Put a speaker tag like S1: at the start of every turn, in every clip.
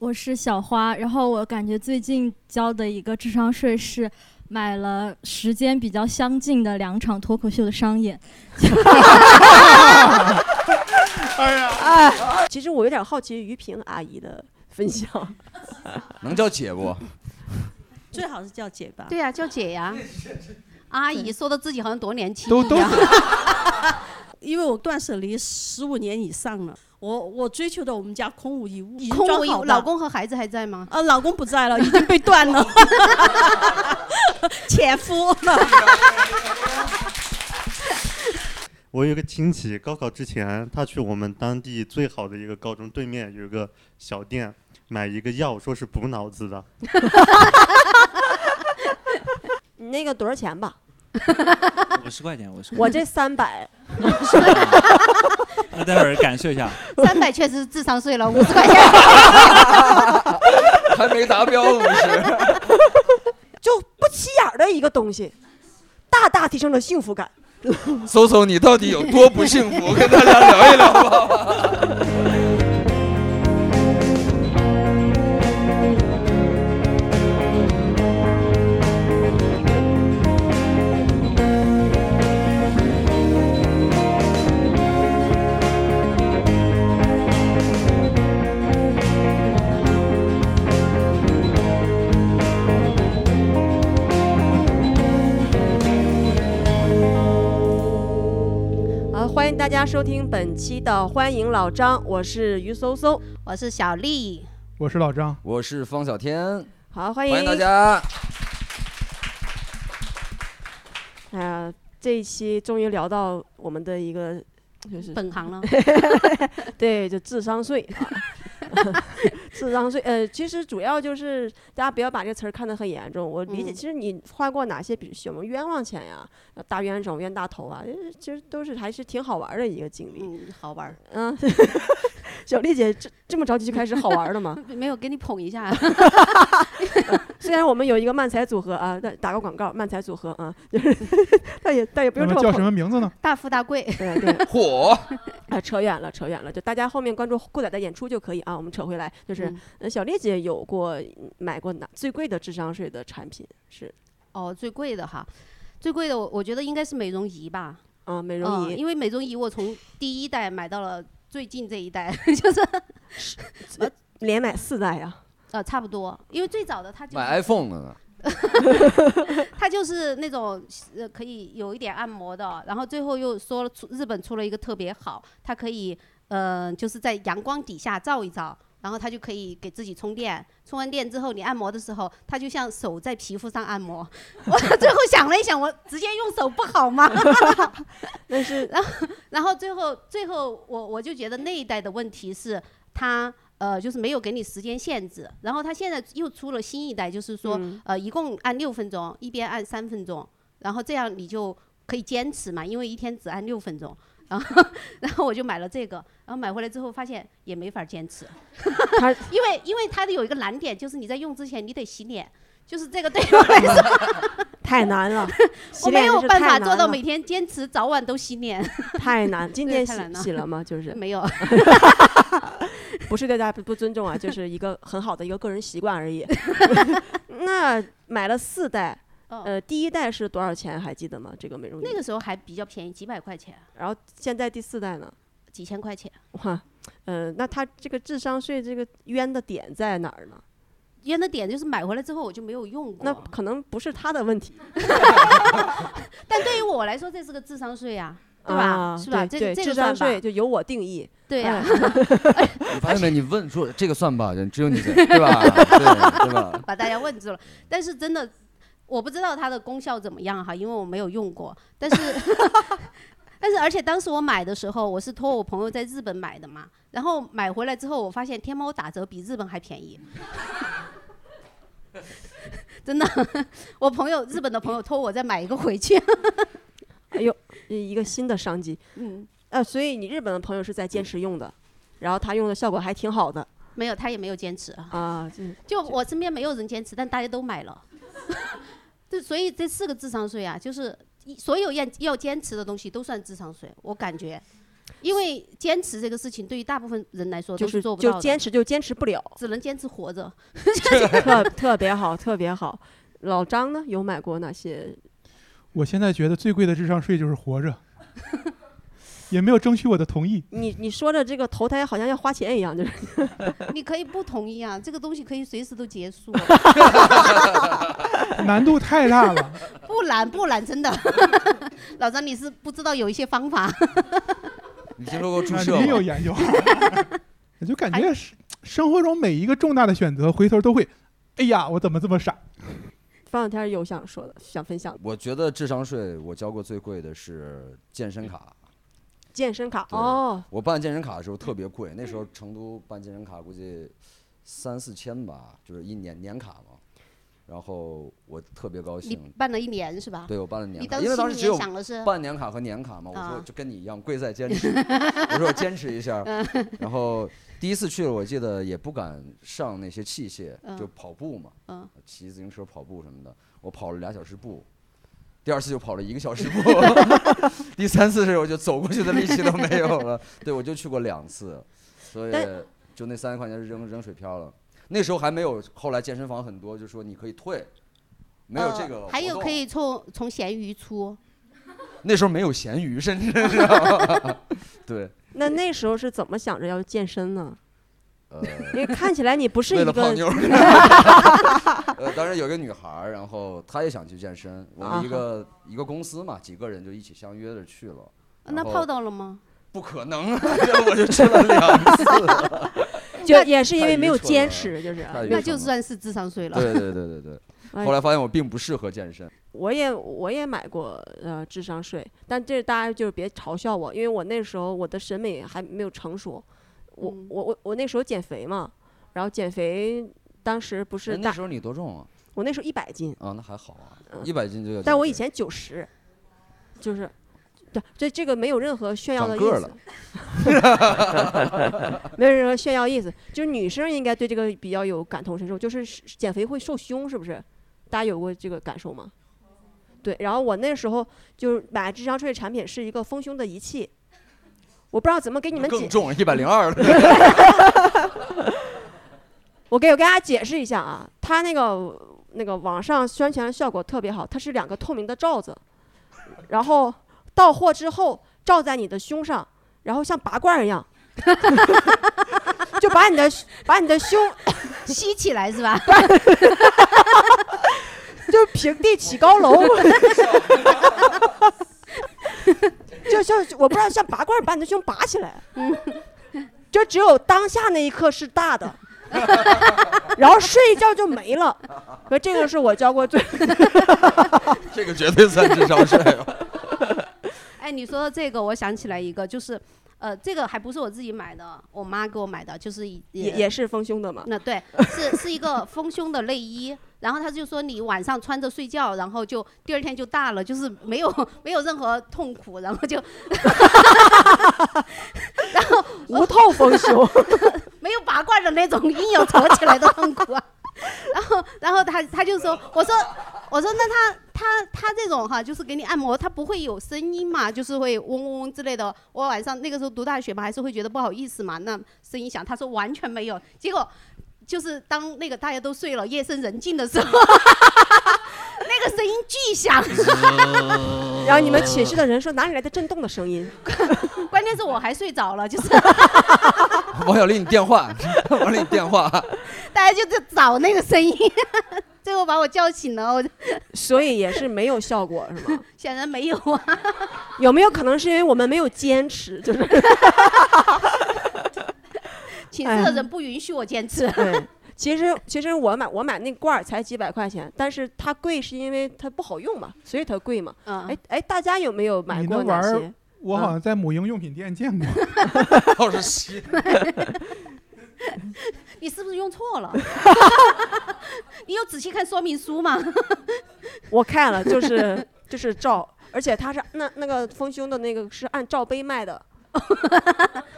S1: 我是小花，然后我感觉最近交的一个智商税是买了时间比较相近的两场脱口秀的商演。
S2: 哎呀，
S3: 哎，其实我有点好奇于萍阿姨的分享，
S4: 能叫姐不？
S5: 最好是叫姐吧。
S6: 对呀、叫姐呀。 阿姨说的自己好像多年轻
S5: 都
S6: 一样。
S5: 因为我断舍离十五年以上了，我我追求的我们家空无一物，已经
S6: 空
S5: 装
S6: 我一
S5: 好的
S6: 老公和孩子还在吗？
S5: 呃，老公不在了，已经被断了，前 夫了。
S7: 我有一个亲戚，高考之前，他去我们当地最好的一个高中对面有一个小店买一个药，说是补脑子的。
S3: 你那个多少钱吧？
S8: 五十块钱，五十。
S3: 我这 三百，
S8: 那待会儿感受一下，
S6: 三百确实是智商税了，五十块 钱。
S4: 还没达标 五十。
S3: 就不起眼儿的一个东西，大大提升了幸福感。
S4: 搜搜你到底有多不幸福，跟大家聊一聊吧。
S3: 啊，欢迎大家收听本期的《欢迎老张》，我是于搜搜，
S6: 我是小丽。
S4: 我是老张，我是方小天，
S3: 好，欢
S4: 欢
S3: 迎
S4: 大。家。
S3: 哎呀，这一期终于聊到我们的一个就是
S6: 本行了
S3: 对，就智商税 啊。智商税，呃，其实主要就是大家不要把这词儿看得很严重。我理解，
S6: 嗯
S3: 其实你花过哪些，比如什么冤枉钱呀、呃大冤种、冤大头啊，呃其实都是还是挺好玩儿的一个经历。
S6: 嗯，好玩。
S3: 嗯， 小丽姐这这么着急就开始好玩儿了吗？
S6: 没有，给你捧一 下。
S3: 虽然我们有一个漫才组合啊，但打个广告，漫才组合啊， 就是但也但也不用这么捧
S6: 名字呢？大富大贵。
S3: 对对，
S4: 火
S3: 啊，扯远了，扯远了，就大家后面关注顾仔的演出就可以啊。我们扯回来，就是、
S6: 嗯
S3: 呃小丽姐有过嗯买过哪最贵的智商税的产品是
S6: 哦，最贵的哈，最贵的我我觉得应该是美容仪吧。
S3: 啊，美容仪，
S6: 嗯因为美容仪我从第一代买到了最近这一代， 就是
S3: 呃连买四代啊 呀、
S6: 呃差不多，因为最早的它就是
S4: 买 iPhone 了呢，
S6: 它就是那种呃可以有一点按摩的，然后最后又说了出日本出了一个特别好，它可以呃就是在阳光底下照一照，然后它就可以给自己充电，充完电之后你按摩的时候，它就像手在皮肤上按摩。 我最后想了一想，我直接用手不好吗？
S3: 但是
S6: 然后 然后最后最后我我就觉得那一代的问题是它。呃，就是没有给你时间限制，然后它现在又出了新一代，就是说，
S3: 嗯
S6: 呃，一共按六分钟，一边按三分钟，然后这样你就可以坚持嘛，因为一天只按六分钟。然后， 然后我就买了这个，然后买回来之后发现也没法坚持， 因为因为它的有一个难点，就是你在用之前你得洗脸，就是这个对我来说，
S3: 太难了
S6: 我
S3: 洗
S6: 没
S3: 脸
S6: 有
S3: 是
S6: 办
S3: 太
S6: 法
S3: 难
S6: 做到
S3: 了
S6: 每天坚持早晚都洗脸，
S3: 太难，今
S6: 对
S3: 天
S6: 太
S3: 洗
S6: 难了
S3: 洗了吗？ 就是
S6: 没 有，
S3: 不是对大家不不尊重啊，就是一 个很好的一个个人习惯而已。那买了四代，呃，嗯第一代是多少钱？还记得吗？这个美容仪
S6: 哦那个时候还比较便宜，几百块钱，啊
S3: 然后现在第四代呢？
S6: 几千块钱，
S3: 哇，呃，那他这个智商税这个冤的点在哪儿呢？
S6: 冤的点就是买回来之后我就没有用过，
S3: 那可能不是他的问题，
S6: 但对于我来说这是个智商税啊，对吧？
S3: 啊
S6: 是吧？
S3: 对对
S6: 这这
S3: 智
S6: 个
S3: 商
S6: 算
S3: 税
S6: 吧。
S3: 就由我定义。嗯
S6: 对啊呀、
S4: 你发现没？你问说这个算吧，人只有你这对吧？对对吧？
S6: 把大家问住了。但是真的，我不知道它的功效怎么样哈，因为我没有用过。但是， 但是而且当时我买的时候，我是托我朋友在日本买的嘛，然后买回来之后，我发现天猫打折比日本还便宜。 真的， 我朋友日本的朋友托我再买一个回去。
S3: 哎呦，一个新的商机。
S6: 嗯，
S3: 呃，所以你日本的朋友是在
S4: 嗯
S3: 坚持用的，然后他用的效果还挺好的
S6: 没有，他也没有坚持啊。
S3: 啊。这
S6: 就我身边没有人坚持，但大家都买了。 对，所以这四个智商税啊，就是一所有要要坚持的东西都算智商税，我感觉。因为坚持这个事情对于大部分人来说
S3: 就
S6: 都
S3: 是
S6: 做不到
S3: 就
S6: 的
S3: 坚持就坚持不 了，
S6: 只能坚持活着。
S3: 特特别好，特别好。老张呢，有买过哪些？
S9: 我现在觉得最贵的智商税就是活 着，也没有争取我的同意。
S3: 你你说的这个投胎好像要花钱一样，就是
S6: 你可以不同意啊，这个东西可以随时都结束。啊
S9: 难度太大了。
S6: 不懒不懒，真的。 老张，你是不知道有一些方法。
S4: 你听说过注
S9: 啊
S4: 射吗？
S9: 你有研 究？我就感觉是生活中每一个重大的选择，回头都会，哎呀，我怎么这么傻？
S3: 方小天有想说的、想分享的
S4: 我觉得智商税我交过最贵的是健身卡。
S3: 健身卡
S4: 对
S3: 哦，
S4: 我办健身卡的时候特别贵，那时候成都办健身卡估计三四千吧，就是一年年卡嘛。然后我特别高
S6: 你
S4: 兴，
S6: 办了一年是吧？
S4: 对我办了
S6: 啊你
S4: 年卡，
S6: 当
S4: 因
S6: 时
S4: 为当时
S6: 心里
S4: 只有
S6: 面想的是
S4: 办年卡和年卡嘛，我说
S6: 啊
S4: 就跟你一样，贵在坚持。我说我坚持一下
S6: 嗯，
S4: 然后第一次去了，我记得也不敢上那些器械，就
S6: 嗯
S4: 跑步嘛，
S6: 嗯
S4: 骑自行车跑步什么的，我跑了俩小时步。第二次就跑了一个小时 步，第三次的时候就走过去的力气都没有了。对，我就去过两次，所以
S3: 但
S4: 就那三十块钱扔扔水漂了。那时候还没有，后来健身房很多，就说你可以退，没有
S6: 呃
S4: 这个活动。
S6: 还有可以从从咸鱼出，
S4: 那时候没有咸鱼，甚至 知道吗对，
S3: 那那时候是怎么想着要健身呢？
S4: 呃，
S3: 因为看起来你不是一
S4: 为了
S3: 个
S4: 泡妞儿。 呃，当时有一个女孩儿，然后她也想去健身，我
S3: 啊
S4: 们一个、一个公司嘛，几个人就一起相约着去了。然
S6: 啊那
S4: 后
S6: 泡到了吗？
S4: 不可能， 我就去了两次。
S3: 就也是因为没有
S4: 太愚蠢
S3: 坚
S4: 了
S3: 持，就是
S4: 太愚蠢
S6: 那
S4: 了
S6: 就算是智商税了。
S4: 对对对对对。
S3: 哎
S4: 后来发现我并不适合健身，
S3: 我也我也买过呃智商税，但这大家就是别嘲笑我，因为我那时候我的审美还没有成熟，我、
S6: 嗯
S3: 我我我那时候减肥嘛，然后减肥当时不
S4: 哎
S3: 是
S4: 那
S3: 大，
S4: 时候你多重啊？
S3: 我那时候一百斤，
S4: 啊，那还好啊
S3: 嗯，
S4: 一百斤就要减肥。
S3: 但我以前九十，就是，对，这这个没有任何炫耀的
S4: 长
S3: 意
S4: 个儿
S3: 思
S4: 了，
S3: 没有任何炫耀意思，就是女生应该对这个比较有感同身受，就是是减肥会瘦胸，是不是？大家有过这个感受吗？对，然后我那时候就是买智商税产品是一个丰胸的仪器，我不知道怎么给你们解
S4: 更重，一百零二了。
S3: 我给我给大家解释一下啊，它那个那个网上宣传效果特别好，它是两个透明的罩子，然后到货之后罩在你的胸上，然后像拔罐儿一样， 就把你的把你的胸
S6: 吸起来是吧？
S3: 就平地起高 楼， 就像我不知道像拔罐儿把你的胸拔起来，
S6: 嗯
S3: 就只有当下那一刻是大的， 然后睡一觉就没了。可这个是我教过最
S4: 这个绝对算智商 税了。
S6: 哎，你说到这个，我想起来一个，就是呃，这个还不是我自己买的，我妈给我买的，就是也
S3: 也也是丰胸的嘛，
S6: 那对，是是一个丰胸的内衣，然后他就说你晚上穿着睡觉，然后就第二天就大了，就是没有没有任何痛苦，然后就
S3: 无痛丰胸。
S6: 没有拔罐的那种硬要扯起来的痛 苦啊。然后然后他他就说，我说我说那他他他这种哈，就是给你按摩，他不会有声音嘛，就是会嗡嗡嗡之类的。我晚上那个时候读大学嘛，还是会觉得不好意思嘛，那声音响，他说完全没有，结果。就是当那个大家都睡了，夜深人静的时候， 那个声音巨响，
S1: 嗯
S3: 然后你们寝室的人说哪里来的震动的声音？
S6: 关键是我还睡着了，就是
S4: 王小丽，你电话， 王小丽，你电 话。
S6: 大家就在找那个声音， 最后把我叫醒了，我就
S3: 所以也是没有效果是吗？
S6: 显然没有啊。
S3: 有没有可能是因为我们没有坚持？ 就是
S6: 寝室的人不允许我坚持。
S3: 哎
S6: 啊
S3: 对，其实其实我买我买那罐儿才几百块钱，但是它贵是因为它不好用嘛，所以它贵嘛。
S6: 嗯
S3: 哎，哎，大家有没有买
S9: 你
S3: 过
S9: 那
S3: 哪
S9: 玩意儿
S3: 些？
S9: 我好像在母婴用品店见 过，
S4: 我说西，
S6: 你是不是用 错了？你有仔细看说明书吗？
S3: 我看了，就是就是罩，而且它是那那个丰胸的那个是按罩杯卖 的，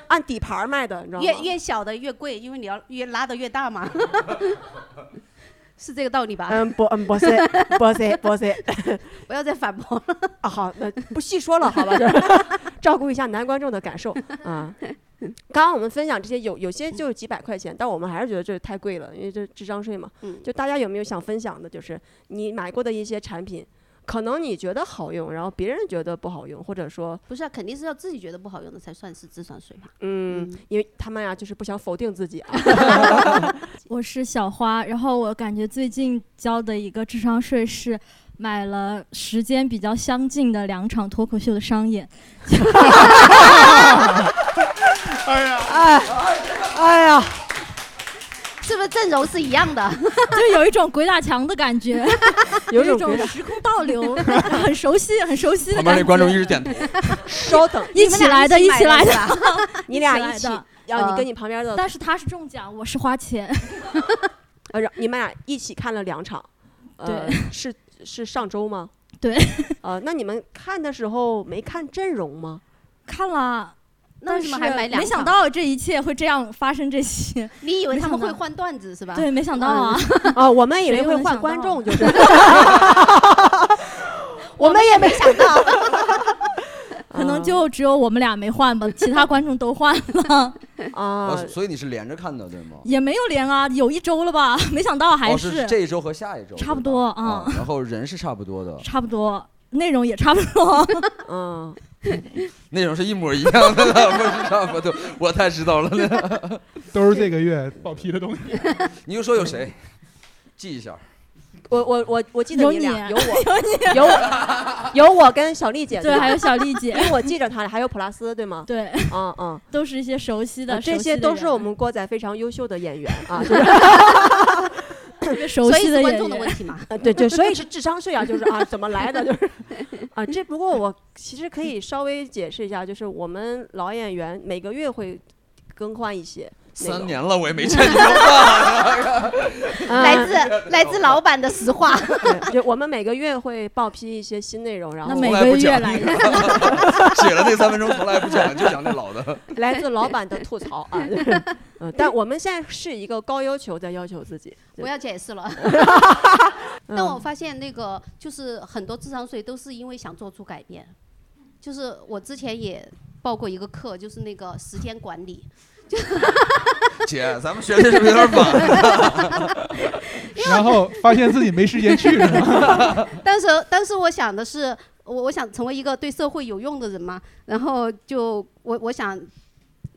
S3: 按底盘儿卖的，你知道吗？
S6: 越越小的越贵，因为你要越拉的越大嘛， 是这个道理吧？
S3: 嗯，不，嗯，不 是，不是，不是，
S6: 啊不要再反驳了。
S3: 啊，好，那不细说了，好吧？这照顾一下男观众的感受啊。刚刚我们分享这些有有些就是几百块钱，但我们还是觉得这太贵了，因为这智商税嘛。
S6: 嗯
S3: 就大家有没有想分享的，就是你买过的一些产品，可能你觉得好用，然后别人觉得不好用，或者说
S6: 不是、啊，肯定是要自己觉得不好用的才算是智商税吧？
S3: 嗯，因为他们呀、就是不想否定自己啊。
S1: 我是小花，然后我感觉最近交的一个智商税是买了时间比较相近的两场脱口秀的商 演。
S2: 哎呀，
S6: 哎，
S3: 哎呀，
S6: 是不是阵容是一样的？
S1: 就有一种鬼打墙的感 觉，
S3: 有
S1: 一
S3: 种
S1: 种
S3: 鬼打
S1: 时空倒流，很熟悉，很熟悉的感
S4: 旁边那
S1: 觉。
S4: 观众一直点头，
S3: 稍等，
S1: 一起来的，
S6: 你
S1: 一
S6: 们
S1: 起
S6: 俩
S1: 来
S6: 一
S1: 的
S6: 起买的是，
S3: 你俩
S1: 一
S3: 一
S1: 起
S3: 起
S1: 来的，
S3: 然后你
S6: 呃
S3: 跟你旁边的，
S1: 但是他是中奖，我是花钱。
S3: 呃，然后你们俩一起看了两场，呃，是是上周吗？
S1: 对，
S3: 呃，那你们看的时候没看阵容吗？
S1: 看了，
S6: 那为什么还买
S1: 但是
S6: 两？
S1: 没想，到这一切会这样发生，这些
S6: 你以为
S1: 没
S6: 他
S1: 想
S6: 们会
S1: 到
S6: 换段子是吧？
S1: 对，没想到啊，
S3: 啊，我们以为
S1: 谁
S3: 会
S1: 能
S3: 换
S1: 想
S3: 观
S1: 到
S3: 众，
S1: 啊
S3: 就是我们也没想到，
S1: 可能就只有我们俩没换吧，其他观众都换 了，
S3: 啊
S1: 呃
S4: 哦，所以你是连着看的对吗？
S1: 也没有连啊，有一周了吧？没想到还
S4: 哦，是这一周和下一周
S1: 差不
S4: 对吧
S1: 多
S4: 啊
S1: 啊，
S4: 然后人是差不多的，
S1: 差不多，内容也差不多。
S3: 嗯，
S4: 内容是一模一样的了，不是差不多， 我太知 道了呢。
S9: 都是这个月报批的东西。
S4: 你就说有谁，记一下。
S3: 我我我我记得
S1: 有
S3: 你俩
S1: 你
S3: 有我有 我有我跟小丽姐
S1: 对，还有小丽
S3: 因
S1: 姐，
S3: 为我记着她，还有普拉斯对吗？
S1: 对，
S3: 嗯嗯，
S1: 都是一些熟悉
S3: 呃
S1: 的，
S3: 这
S1: 熟悉
S3: 些
S1: 的
S3: 都是
S1: 人啊
S3: 我们郭仔非常优秀的演员 啊，就是
S1: 特别熟
S6: 所以
S1: 悉
S6: 是
S1: 的
S6: 观
S1: 演
S6: 众的问
S1: 员。
S6: 题嘛？
S3: 啊， 对对，所以是智商税啊，就是啊，怎么来的，就是啊，这不过我其实可以稍微解释一下，就是我们老演员每个月会更换一些内容，
S4: 三年了，我也没见你啊们换。
S3: 嗯
S6: 来自来自老板的实话，
S3: 对就我们每个月会报批一些新内容，然
S1: 哦那
S3: 后
S1: 每
S4: 从来不
S1: 个月
S4: 讲
S1: 来一
S4: 写了那三分钟，从来不讲，就讲那 老的。
S3: 来自老板的吐 槽啊， 就是嗯，但我们现在是一个高要求在要求自己，
S6: 不要 解释了。
S3: 嗯
S6: 但我发现那个就是很多智商税都是因为想做出改变，就是我之前也报过一个课，就是那个时间管理，
S4: 姐，咱们学的是不是有点晚？
S9: 然后发现自己没时间去了，
S6: 当时当时我想的是，我我想成为一个对社会有用的人嘛，然后就我我想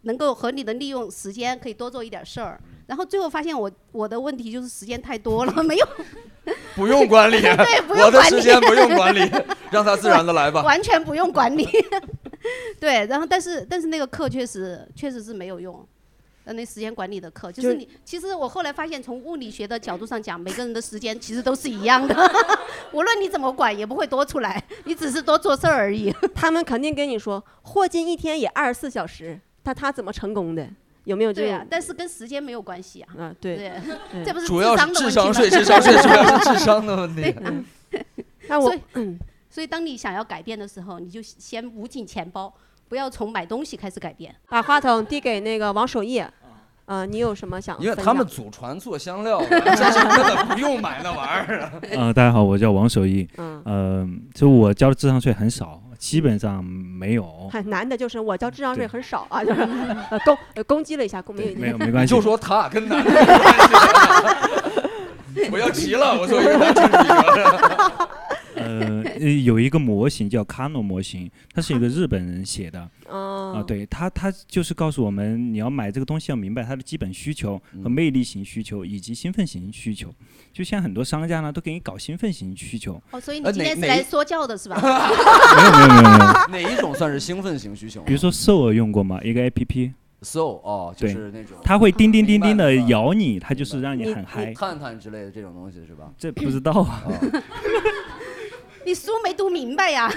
S6: 能够合理的利用时间，可以多做一点事儿。然后最后发现我我的问题就是时间太多了， 没有
S4: 不用管理，
S6: 对不
S4: 我
S6: 用
S4: 的
S6: 管
S4: 时
S6: 理，
S4: 间不用管理，让它自然的 来 吧。
S6: 完全不用管理。 对，然后但是但是那个课确实确实是没有用。呃，那时间管理的课，就
S3: 就是
S6: 你。其实我后来发现，从物理学的角度上讲，每个人的时间其实都是一样的， 无论你怎么管，也不会多出来，你只是多做事儿而已。
S3: 他们肯定跟你说，霍金一天也二十四小时，但他怎么成功的？有没有这
S6: 对
S3: 种？
S6: 啊，但是跟时间没有关系啊。
S3: 啊，对，
S6: 对
S3: 对，
S6: 这不是
S4: 主要是
S6: 商的
S4: 智
S6: 问
S4: 商税，
S6: 题吗？
S4: 智商税主要是智商的问题。
S3: 嗯那我
S6: 所以 所以当你想要改变的时候，你就先捂紧钱包，不要从买东西开始改变。
S3: 把话筒递给那个王守义，呃，你有什么想分
S4: 因为
S3: 享？
S4: 他们祖传做 香料的， 这是根本不用买那玩意儿。
S8: 嗯、大家好，我叫王守义。
S3: 嗯，
S8: 呃，就我交的智商税很少，基本上没有。
S3: 看哎男的就是我交智商税
S8: 哦对
S3: 很少啊，就是呃攻呃攻击了一下，攻
S8: 对，
S3: 击
S8: 没有没关
S4: 你
S8: 系。
S4: 就说他跟男的没关系， 我要急了，我说一个男生女生
S8: 呃， 呃有一个模型叫 Kano 模型，它是一个日本人写的啊、
S3: 啊
S8: 对他，他就是告诉我们，你要买这个东西要明白它的基本需求和
S4: 嗯
S8: 魅力型需求以及兴奋型需求。就像很多商家呢，都给你搞兴奋型需 求，
S6: 哦，所以
S4: 呃
S6: 你今天
S4: 哪
S6: 是
S4: 哪
S6: 来说教的是吧？
S8: 没有没有没有没有。
S4: 哪一种算是兴奋型需求？
S8: 比如说 Soul 用过吗？一个 A P P，
S4: so 哦，就
S8: 对
S4: 是那种
S8: 它会叮叮叮叮的
S4: 明白
S8: 咬你，它就是让
S4: 你
S8: 你很嗨。
S4: 探探之 类的这种东西是吧？
S8: 这不知道啊。
S4: 啊，
S6: 你书没读明白 呀、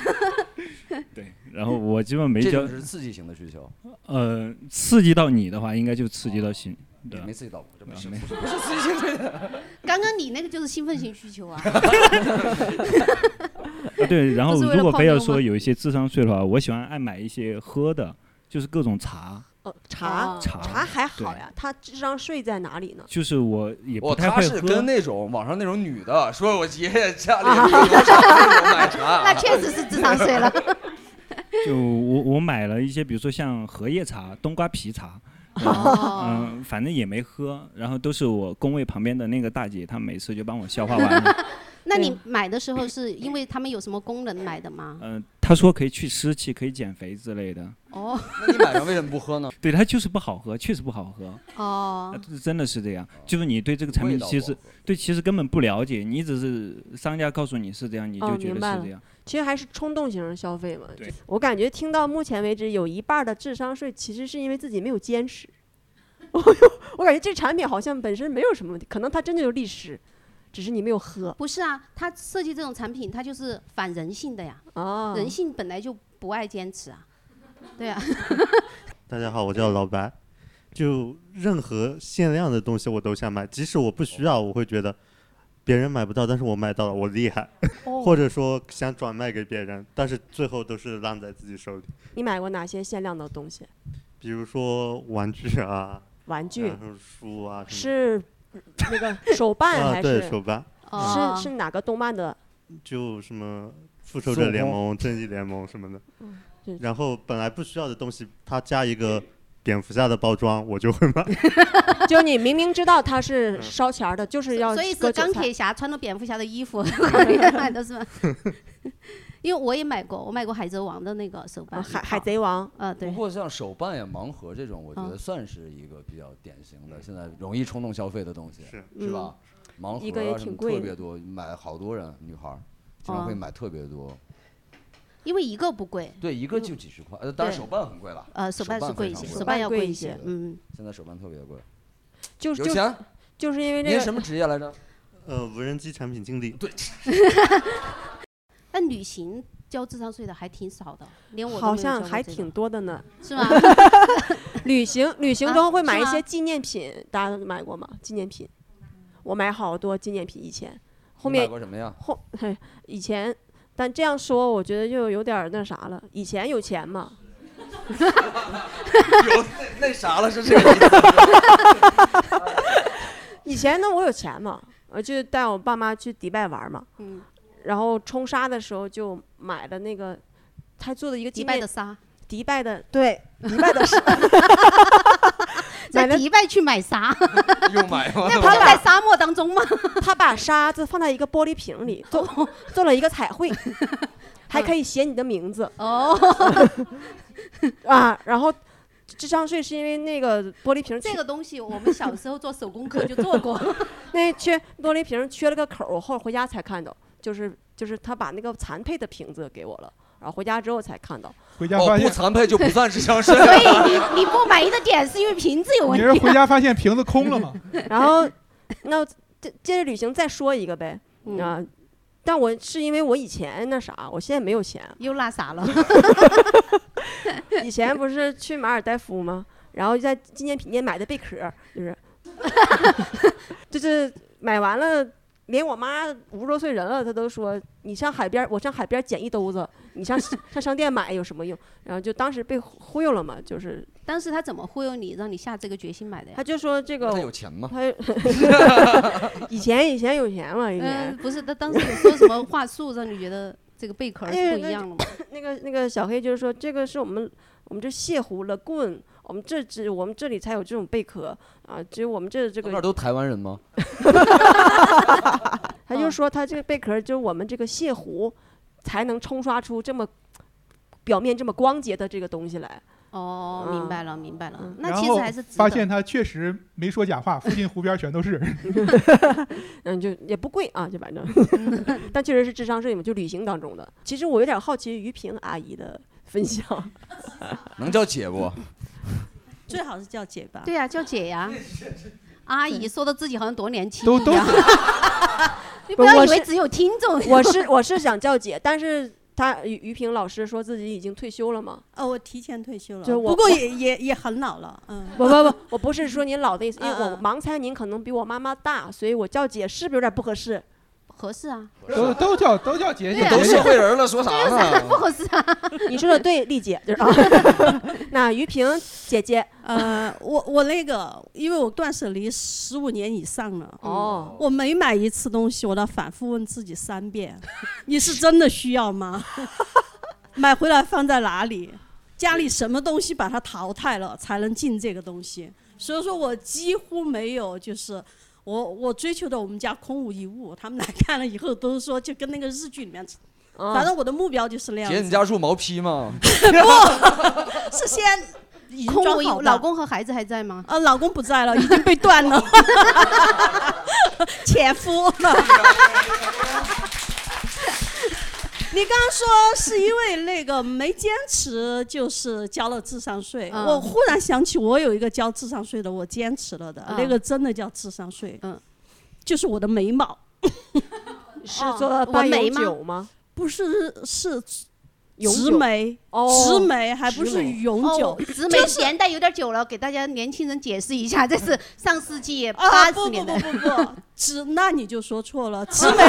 S8: 对， 然后我基本没
S4: 这
S8: 交
S4: 种，是刺激型的需求，
S8: 呃，刺激到你的话，应该就刺激到心。对
S4: 哦也
S8: 啊
S4: 没刺激到我，这没事，
S8: 没
S4: 不是不是刺激型的。
S6: 刚刚你那个就是兴奋型需 求啊，
S8: 啊对，然后
S6: 不是为了
S8: 如果
S6: 泡
S8: 非要
S6: 妞吗
S8: 说有一些智商税的话，我喜欢爱买一些喝的，就是各种茶，
S3: 哦茶
S6: 哦
S8: 茶
S3: 茶还好
S8: 对
S3: 呀，他智商税在哪里呢？
S8: 就是我也
S4: 我
S8: 不太
S4: 哦他
S8: 会
S4: 是
S8: 喝
S4: 跟。那种网上那种女的
S3: 啊
S4: 说，我爷爷家里有多少那种奶茶，啊
S6: 那确实是智商税了。
S8: 就我我买了一些，比如说像荷叶茶、冬瓜皮茶，然后
S10: 哦
S8: 嗯，反正也没喝，然后都是我工位旁边的那个大姐，她每次就帮我消化完了。
S6: 那你买的时候是因为他们有什么功能买的吗？
S8: 嗯、她说可以去湿气，可以减肥之类的。
S3: 呃
S6: 哦，
S4: 那你买上为什么不喝呢？
S8: 对，它就是不好喝，确实不好喝。
S6: 哦
S3: 呃
S8: 啊，这真的是这样，就是你对这个产
S4: 味
S8: 品
S4: 道
S8: 其
S4: 不
S8: 实对其实根本不了解，你只是商家告诉你是这样，你
S3: 哦，
S8: 就觉
S3: 明
S8: 得
S3: 白
S8: 是
S3: 了
S8: 这样。。
S3: 其实还是冲动型儿消费嘛。就我感觉听到目前为止，有一半儿的智商税其实是因为自己没有坚持。 我感觉这产品好像本身没有什么问题，可能它真的有历史，只是你没有喝。
S6: 不是啊，他设计这种产品，他就是反人性的呀。
S3: 哦
S6: 人性本来就不爱坚 持啊。对啊，
S7: 大家好，我叫老白。就任何限量的东西我都想买，即使我不需要，我会觉得别人买不到，但是我买到了，我厉害，
S3: 哦
S7: 或者说想转卖给别人，但是最后都是烂在自己手里。
S3: 你买过哪些限量的东西？
S7: 比如说玩具啊，
S3: 玩具
S7: 然后书啊什么
S3: 是那个 手办
S7: 啊
S3: 还是？
S7: 对手办
S6: 哦
S3: 是是哪个动漫的？
S7: 的，就什么复仇者联
S10: 孙悟
S7: 盟、正义联盟什么的。
S3: 嗯对
S7: 然后本来不需要的东西，它加一个蝙蝠侠的包装，我就会买。
S3: 就你明明知道它
S7: 嗯
S3: 是烧钱儿的，就是要
S6: 所以是
S3: 割韭
S6: 钢
S3: 菜
S6: 铁侠穿着蝙蝠侠的衣服 买的啊是吗？ 因为我也买过，我买过海贼王的那个手
S3: 哦
S6: 办，海海
S3: 贼王，
S6: 啊对
S4: 不。过像手办呀、盲盒这种，我觉
S6: 嗯
S4: 得算是一个比较典型的，现在容易冲动消费的东西，是
S3: 嗯
S4: 吧？盲
S3: 一个
S4: 盒
S3: 也
S4: 啊什
S3: 挺
S4: 么
S3: 贵
S4: 特
S3: 的
S4: 别多，买好多人，女孩儿经常会
S6: 哦
S4: 买特别多。
S6: 因为一个不贵，嗯
S4: 对，一个就几十块，呃，当然
S6: 对
S4: 手办很贵了。
S6: 呃手办是贵
S4: 非
S6: 一些
S4: 常
S6: 手办要贵一些
S4: 对
S6: 嗯。
S4: 现在手办特别贵。
S3: 就
S4: 有
S3: 就
S4: 钱
S3: 就是因为这
S4: 您
S3: 个
S4: 什么职业来着？
S7: 呃，无人机产品经理。
S4: 对，
S6: 但旅行交智商税的还挺少的，连我都没有
S3: 好像
S6: 交过
S3: 还
S6: 这个
S3: 挺多的呢，
S6: 是吗？
S3: 旅行旅行
S6: 啊
S3: 中会买
S6: 是
S3: 一
S6: 吗
S3: 些纪念品，大家都买过吗？纪念品，我买好多纪念品以前， 后
S4: 你
S3: 面
S4: 买过 什么呀？
S3: 后以前，但这样说我觉得就有点儿那啥了。以前有钱 嘛，
S4: 有那那啥了是这个意思
S3: 以前呢我有钱嘛，我就带我爸妈去迪拜玩嘛，
S6: 嗯，
S3: 然后冲沙的时候就买了那个他做的一个纪
S6: 迪拜
S3: 念
S6: 的沙，
S3: 迪拜的对迪拜的沙，买
S6: 在
S3: 了
S6: 迪拜去买沙，
S4: 又买 吗？
S6: 那不是在沙漠当中吗？哦
S3: 他把沙子放在一个玻璃瓶里，做 做了一个彩 绘，还可以写你的名字
S6: 哦。
S3: 啊，然后智商税是因为那个玻璃瓶
S6: 这
S3: 缺
S6: 个东西我们小时候做手工课就做过，
S3: 那缺玻璃瓶缺了个口儿，我后来回家才看到，就是就是他把那个残配的瓶子给我了，然后回家之后才 看到。
S9: 回家
S4: 哦，
S9: 发
S4: 不
S9: 现，
S4: 残配就不算智商税。
S6: 所以你你不满意的点是因为瓶 子有问
S9: 你
S6: 题、
S9: 是回家发现瓶子空了吗？
S3: 然后那这接着旅行再说一个呗，
S6: 嗯
S3: 啊、但我是因为我以前那啥，我现在没有钱，
S6: 又拉啥了？
S3: 以前不是去马尔代夫吗？然后在纪念品店买的贝壳儿，就是， 就是买完了，连我妈五十多岁人了，她都说你上海边儿，我上海边儿捡一兜子，你上上商店买有什么用？然后就当时被忽忽悠了嘛，就是
S6: 当时他怎么忽悠你，让你下这个决心买的呀？
S3: 她就说这个
S4: 他有钱吗？
S3: 她 以前以前有钱嘛，以前、
S6: 嗯，不是，他当时有说什么话术让你觉得这个贝壳儿是不一样了吗？
S3: 哎 那个那个小黑就是说，这个是我们我们这泻湖了棍，我们这只我们这里才有这种贝壳啊，只有我们这这
S4: 那
S3: 个
S4: 儿都台湾 人吗？
S3: 他
S9: 嗯
S3: 就说他这个贝壳儿就是我们这个泻湖才能冲刷出这么表面这么光洁的这个东西来。
S6: 哦，
S3: 嗯
S6: 明白了，明白了。 那
S9: 然
S6: 其实
S9: 后
S6: 还是值
S9: 发
S6: 得
S9: 现他确实没说假话，附近湖边儿全都是人。
S3: 嗯，就也不贵啊，就反正， 但确实是智商税嘛，就旅行当中的。其实我有点好奇于萍阿姨的分享，
S4: 能叫姐不？
S5: 最好是叫姐吧。
S6: 对呀、叫姐 呀。阿姨说的自己好像多年轻
S9: 都
S6: 一样， 你不
S3: 不
S6: 要
S3: 我
S6: 以为
S3: 是
S6: 只有听众。
S3: 我是我是想叫姐，但是她于于萍老师说自己已经退休了嘛，
S5: 哦，我提前退休了，
S3: 就我
S5: 不过
S3: 我
S5: 也也也很老了，嗯。
S3: 不不不，我不是说您老的意 思，因为
S5: 嗯
S3: 我盲猜您可能比我妈妈大，所以我叫姐是不是有点不合适？
S6: 合适啊，
S9: 都都叫都叫姐姐，
S4: 都社会人了，说啥
S6: 这有啥
S4: 呢？
S6: 不合适啊？
S3: 你说的对，丽姐就是啊。 那于萍姐姐，
S5: 呃，我我那个，因为我断舍离十五年以上了，
S3: 哦，
S5: 我每买一 次东西，我都反复问自己三遍：你是真的需要吗？ 买回来放在哪里？家里什么东西把它淘汰了，才能进这个东西。所以说我几乎没有，就是我我追求的我们家空无一物。他们来看了以后都说，就跟那个日剧里面，
S3: 哦
S5: 反正我的目标就是那样
S4: 姐，你
S5: 子。
S4: 家住毛坯吗？
S5: 是先已经
S6: 空
S5: 装
S6: 无一
S5: 好
S6: 物
S5: 的
S6: 老公和孩子还在吗？
S5: 啊，老公不在了，已经被 断了，前夫。你刚刚说是因为那个没坚持，就是交了智商税。
S6: 嗯
S5: 我忽然想起，我有一个交智商税的，我坚持了的，
S6: 嗯
S5: 那个真的叫智商税。嗯，就是我的眉毛。
S3: 是做半
S5: 纹眉
S3: 永
S5: 啊吗
S3: 久吗？
S5: 不是是
S3: 永
S5: 直
S3: 久
S5: 眉，
S3: 哦
S5: 直眉还不
S3: 直
S5: 是
S3: 眉
S5: 永久
S6: 哦，直眉
S5: 就是
S6: 年代有点久了，给大家年轻人解释一下，这是上世纪
S5: 啊
S6: 八
S5: 不
S6: 十
S5: 不
S6: 年代。
S5: 不不不，直 那你就说错
S3: 哦
S5: 了，直眉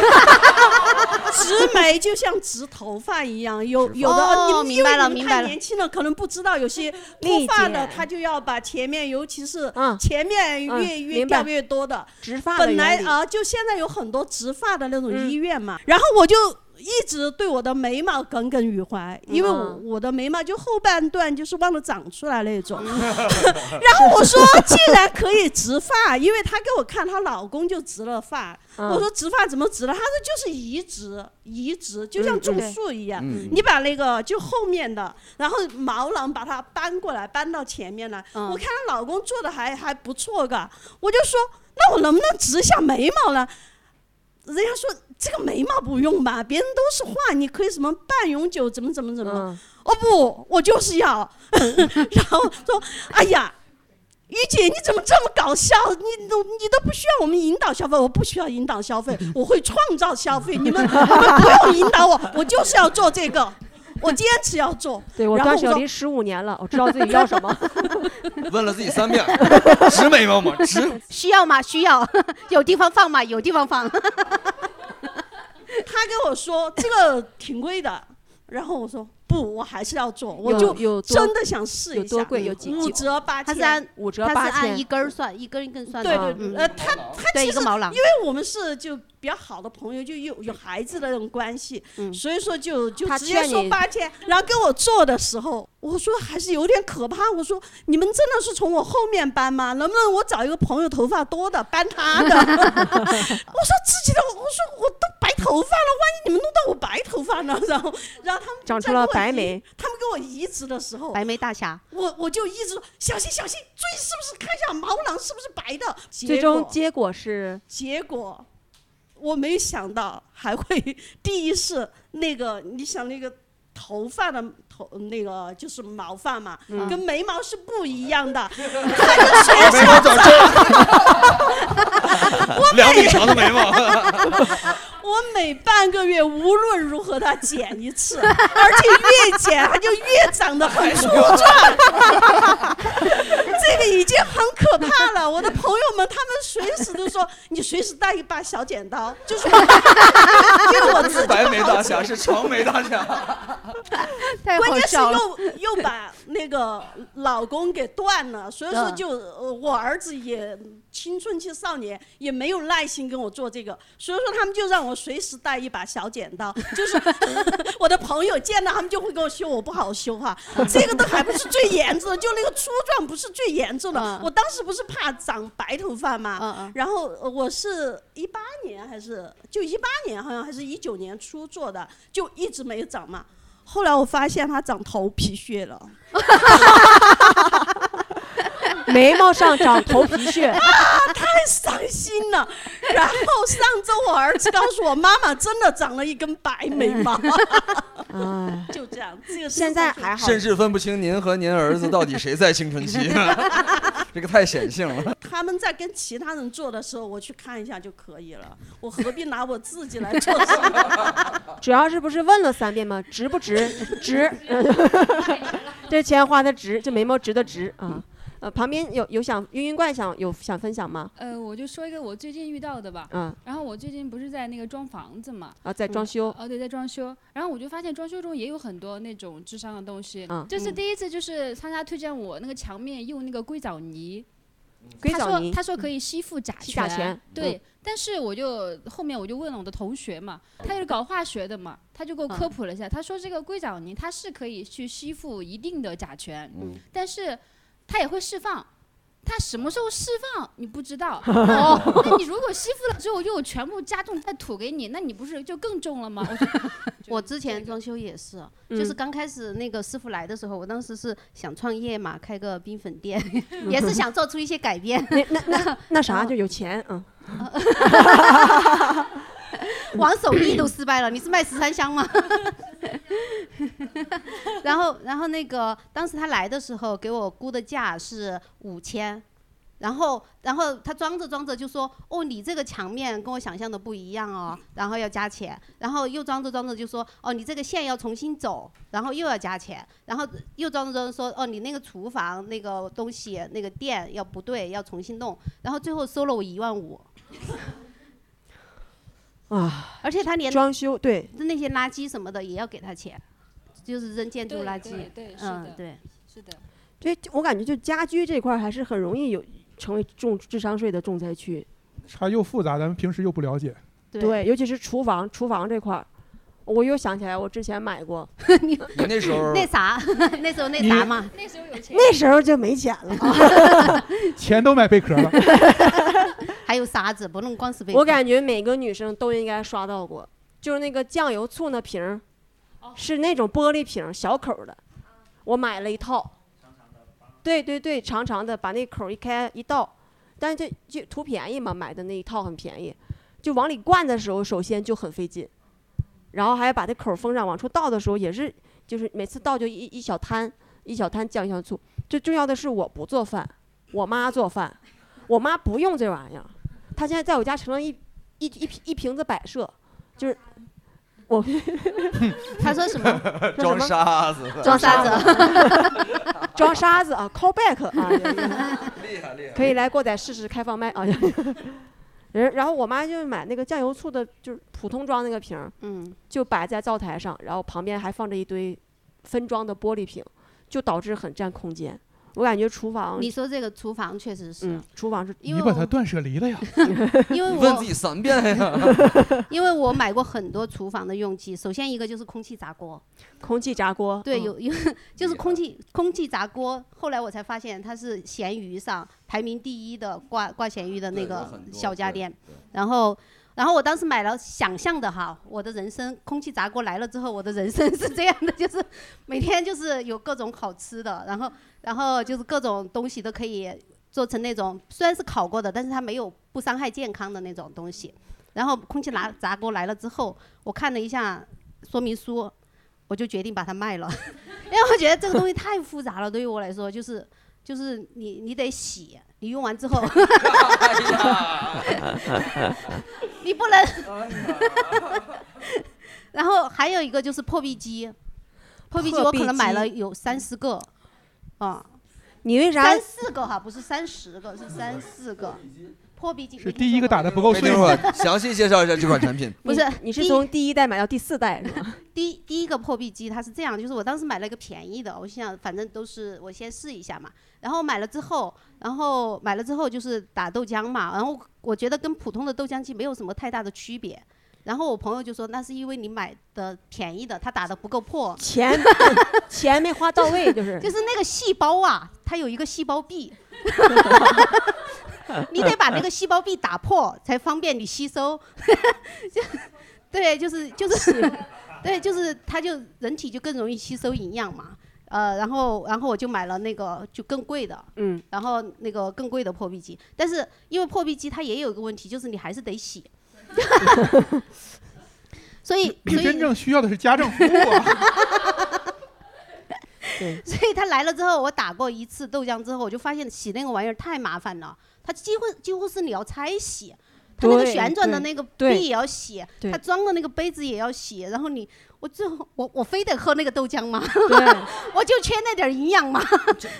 S5: 直眉就像直头发一样，有有的、
S6: 哦
S5: 你们
S6: 明白了
S5: 因为你
S6: 明
S5: 们
S6: 白
S5: 太
S6: 了
S5: 年轻了，可能不知道有些
S3: 理
S5: 脱发
S3: 解
S5: 的他就要把前面，尤其是
S3: 嗯
S5: 前面越、
S3: 嗯
S5: 越
S3: 明白
S5: 掉越多的，
S3: 植发的
S5: 本来
S3: 原理
S5: 啊、就现在有很多植发的那种
S3: 嗯
S5: 医院嘛，然后我就一直对我的眉毛耿耿于怀，因为我
S3: 嗯
S5: 我的眉毛就后半段就是忘了长出来 那种。 然后我说，既然可以植发，因为她给我看她老公就植了发，
S3: 嗯
S5: 我说植发怎么植了？她说就是移植，移植就像
S3: 嗯
S5: 种
S3: 对
S5: 树一样，
S4: 嗯
S5: 你把那个就后面的，然后毛囊把它搬过来，搬到前面来。
S6: 嗯
S5: 我看她老公做的还还不错个，我就说那我能不能植一下眉毛呢？人家说这个眉毛不用吧，别人都是画，你可以什么半永久，怎么怎么怎么。
S3: 嗯
S5: 哦不，我就是要。然后说，哎呀，于姐你怎么这么搞笑？你都你都不需要我们引导消费，我不需要引导消费，我会创造消费。你们你们不用引导我，我就是要做这个，我坚持要做。
S3: 对我
S5: 然
S3: 断
S5: 后我
S3: 舍
S5: 说
S3: 离十五年了，我知道 自己要什么。
S4: 问了自己 三遍，直眉毛吗？直。
S6: 需要吗？需要，有地方放吗？有地 方放。
S5: 他跟我说这个挺贵的，然后我说不，我还是要做，我
S3: 有
S5: 就
S3: 有多
S5: 真的想试一下。
S3: 有多贵有几
S5: 五
S3: 几
S5: 折八
S6: 它
S5: 千。
S6: 是按
S3: 五折
S6: 它
S3: 八
S6: 是按
S3: 千
S6: 一，根儿算，一根一根算的。
S5: 对
S3: 啊
S5: 对，
S6: 嗯
S5: 对呃，他他
S6: 对
S5: 其
S6: 一
S5: 实
S6: 个毛囊
S5: 因为我们是就比较好的朋友，就有有孩子的那种关系，
S6: 嗯
S5: 所以说就就
S3: 他
S5: 直接
S3: 劝
S5: 说
S3: 你
S5: 八千，然后跟我做的时候，我说还是有点可怕，我说你们真的是从我后面搬吗？能不能我找一个朋友头发多的搬他的？我 说自己的，我说我都白头发了，万一你们弄到我白头发呢？ 然后然后他们
S3: 长出
S5: 在给
S3: 了
S5: 我
S3: 白
S5: 移
S3: 眉，
S5: 他们给我移植的时候，
S6: 白眉大 侠，
S5: 我我就一直说小心小心，注意是不是看一下毛囊是不是白的？
S3: 最
S5: 结
S3: 终
S5: 果
S3: 结果是
S5: 结果我没想到还会第一是那个，你想那个头发的头那个就是毛发嘛，
S3: 嗯
S5: 跟眉毛是不一样 的。
S4: 眉毛长正，两米长的 眉毛，
S5: 我每半个月无论如何它剪一次，而且越剪它就越长得
S4: 哎
S5: 很粗壮。 这个已经很可怕了。我的朋友们他们随时都说你随时带一把小剪刀，就是我 因为我
S4: 不
S5: 自
S4: 是
S5: 己
S4: 白眉大侠，是长眉大侠。
S6: 太
S5: 关
S6: 好
S5: 键是
S6: 笑了。
S5: 又 又把那个老公给断了，所以说
S6: 嗯
S5: 就、呃我儿子也青春期少年，也没有耐心跟我做这个，所以说他们就让我随时带一把小剪刀，就是 我的朋友见到他们就会跟我修，我不好修 哈、这个都还不是最严重的，就那个粗壮不是最严重的，
S6: 嗯
S5: 我当时不是怕长白头发嘛，
S6: 嗯嗯
S5: 然后呃我是一八年还是就一八年，好像还是一九年初做的，就一直没有长嘛。后来我发现它长头皮屑了，
S3: 眉毛上长头皮屑，
S5: 太伤心了。然后上周我儿子告诉我，妈妈真的长了一根白眉毛，
S3: 哎，
S5: 就这样。这个
S3: 现在 还好，
S4: 甚至分不清您和您儿子到底谁在青 春期，这个太显性了。
S5: 他们在跟其他人做的时候，我去看一下就可以了，我何必拿我自己来做什么？
S3: 主要是不是问了三遍吗？值不值？值， 这钱花的值，这眉毛值的值啊。呃，旁边有有想晕晕怪想有想分享吗？
S10: 呃，我就说一个我最近遇到的吧。
S3: 嗯
S10: 然后我最近不是在那个装房子嘛，
S3: 啊，在装修，
S10: 哦对，在装修。然后我就发现装修中也有很多那种智商的东西。
S3: 嗯
S10: 这是第一次，就是商家推荐我那个墙面用那个硅藻泥。
S3: 硅
S10: 他
S3: 藻
S10: 说
S3: 泥
S10: 他说可以吸附甲
S3: 吸甲醛
S10: 对
S3: 嗯。
S10: 但是我就后面我就问了我的同学嘛，他就是搞化学的嘛，他就
S6: 嗯
S10: 给我科普了一下，他说这个硅藻泥它是可以去吸附一定的甲醛，
S4: 嗯
S10: 但是它也会释放。它什么时候释放你不知 道，那那你如果吸附了之后又全部加重再吐给你，那你不是就更重了吗？ 我说
S6: 我之前装修也是，
S5: 嗯
S6: 就是刚开始那个师傅来的时候，我当时是想创业嘛，开个冰粉 店，也是想做出一些改变。
S3: 那那那
S5: 啊
S3: 啥就有钱嗯。
S6: 玩手艺都失败了，你是卖十三香吗？ 然后，然后那个当时他来的时候给我估的价是五千，然后，然后他装着装着就说：“哦，你这个墙面跟我想象的不一样哦，然后要加钱。”然后又装着装着就说：“哦，你这个线要重新走，然后又要加钱。”然后又装着装着说：“哦，你那个厨房那个东西那个电要不对，要重新弄。”然后最后收了我一万五。
S3: 啊，
S6: 而且他连
S3: 装修对，
S6: 那些垃圾什么的也要给他钱，就是扔建筑
S10: 对
S6: 垃圾。
S10: 对对是
S6: 嗯
S10: 的，
S6: 对，
S10: 是的，
S3: 这我感觉就家居这块儿还是很容易有成为重智商税的重灾区。
S9: 它又复杂，咱们平时又不了解。
S6: 对
S3: 尤其是厨房，厨房这块儿，我又想起来我之前买 过，
S4: 你那时候
S6: 那 啥，那时候那
S3: 你
S6: 啥嘛，
S10: 那时候有钱，
S3: 那时候就没钱了。
S9: 钱都买贝壳了，
S6: 还有沙子，不能光是被。
S3: 我感觉每个女生都应该刷到过，就是那个酱油醋那瓶儿，
S6: 哦
S3: 是那种玻璃瓶儿小口儿的，我买了一套。对对对，长长的，把那口儿一开一倒，但是这就图便宜嘛，买的那一套很便宜，就往里灌的时候，首先就很费劲，然后还要把这口儿封上，往出倒的时候也是，就是每次倒就一一小滩一小滩酱香醋。最重要的是我不做饭，我妈做饭，我妈不用这玩意儿，她现在在我家成了一一一瓶一瓶子摆设，就是我
S6: 他说什 么
S4: 装沙子，
S6: 装 沙子
S3: 装沙子啊，call back 啊，
S4: 厉害厉害，
S3: 可以来过载试试开放麦啊。 然然后我妈就买那个酱油醋的，就是普通装那个瓶儿，
S6: 嗯，
S3: 就摆在灶台上，然后旁边还放着一堆分装的玻璃瓶，就导致很占空间。我感觉厨房，
S6: 你说这个厨房确实是
S3: 嗯，，厨房是
S6: 因
S9: 你
S6: 为
S9: 把它
S6: 我
S9: 断舍离了呀。
S6: 因为
S4: 你
S6: 我
S4: 问自己 三遍呀。
S6: 因为我买过很多厨房的用具，首先一个就是空气炸锅，
S3: 空气炸锅，
S6: 对，
S3: 嗯
S6: 有有就是空气空气炸锅，后来我才发现它是闲鱼上排名第一的挂挂闲鱼的那
S4: 对有
S6: 个
S4: 很多
S6: 小家
S4: 对
S6: 电
S4: 对，
S6: 然后。然后我当时买了想象的哈，我的人生空气炸锅来了之后，我的人生是这样的，就是每天就是有各种好吃的，然后然后就是各种东西都可以做成那种虽然是烤过的，但是它没有不伤害健康的那种东西。然后空气炸炸锅来了之后，我看了一下说明书，我就决定把它卖了， 因为我觉得这个东西太复杂了，对于我来说就是就是你你得洗，你用完之后，
S11: 哎
S6: 你 不能。然后还有一个就是破壁机，破壁机我可能买了有三十个，啊，
S3: 你为啥
S6: 三？四个哈，不是三十个，是三四个。破壁机
S9: 是第一个打的不够
S4: 没
S9: 碎
S4: 等会
S9: 吗？
S4: 儿详细介绍一下这款产品。
S6: 不是
S3: 你是
S6: 第一
S3: 从第一代买到第四代是吗？
S6: 第一第一个破壁机它是这样，就是我当时买了一个便宜的，我心想反正都是我先试一下嘛。然后买了之后，然后买了之后就是打豆浆嘛，然后我觉得跟普通的豆浆机没有什么太大的区别。然后我朋友就说那是因为你买的便宜的，它打的不够破，
S3: 钱钱没花到位，就是
S6: 就是那个细胞啊，它有一个细胞壁， 你得把那个细胞壁打破，才方便你吸收。 就对，就是就是， 对，就是它就人体就更容易吸收营养嘛。呃，然后然后我就买了那个就更贵的，
S3: 嗯，
S6: 然后那个更贵的破壁机，但是因为破壁机它也有一个问题，就是你还是得洗。 所以，
S9: 你
S6: 所以
S9: 真正需要的是家政服务 啊！
S3: 对，
S6: 所以他来了之后，我打过一次豆浆之后，我就发现洗那个玩意儿太麻烦了，它几乎几乎是你要拆洗。它那个
S3: 对
S6: 旋转的
S3: 对
S6: 那个
S3: 对
S6: 壁也要洗，
S3: 对
S6: 它装的那个杯子也要洗，然后你，我最后我我非得喝那个豆浆吗？
S3: 对，
S6: 我就缺那点营 养吗？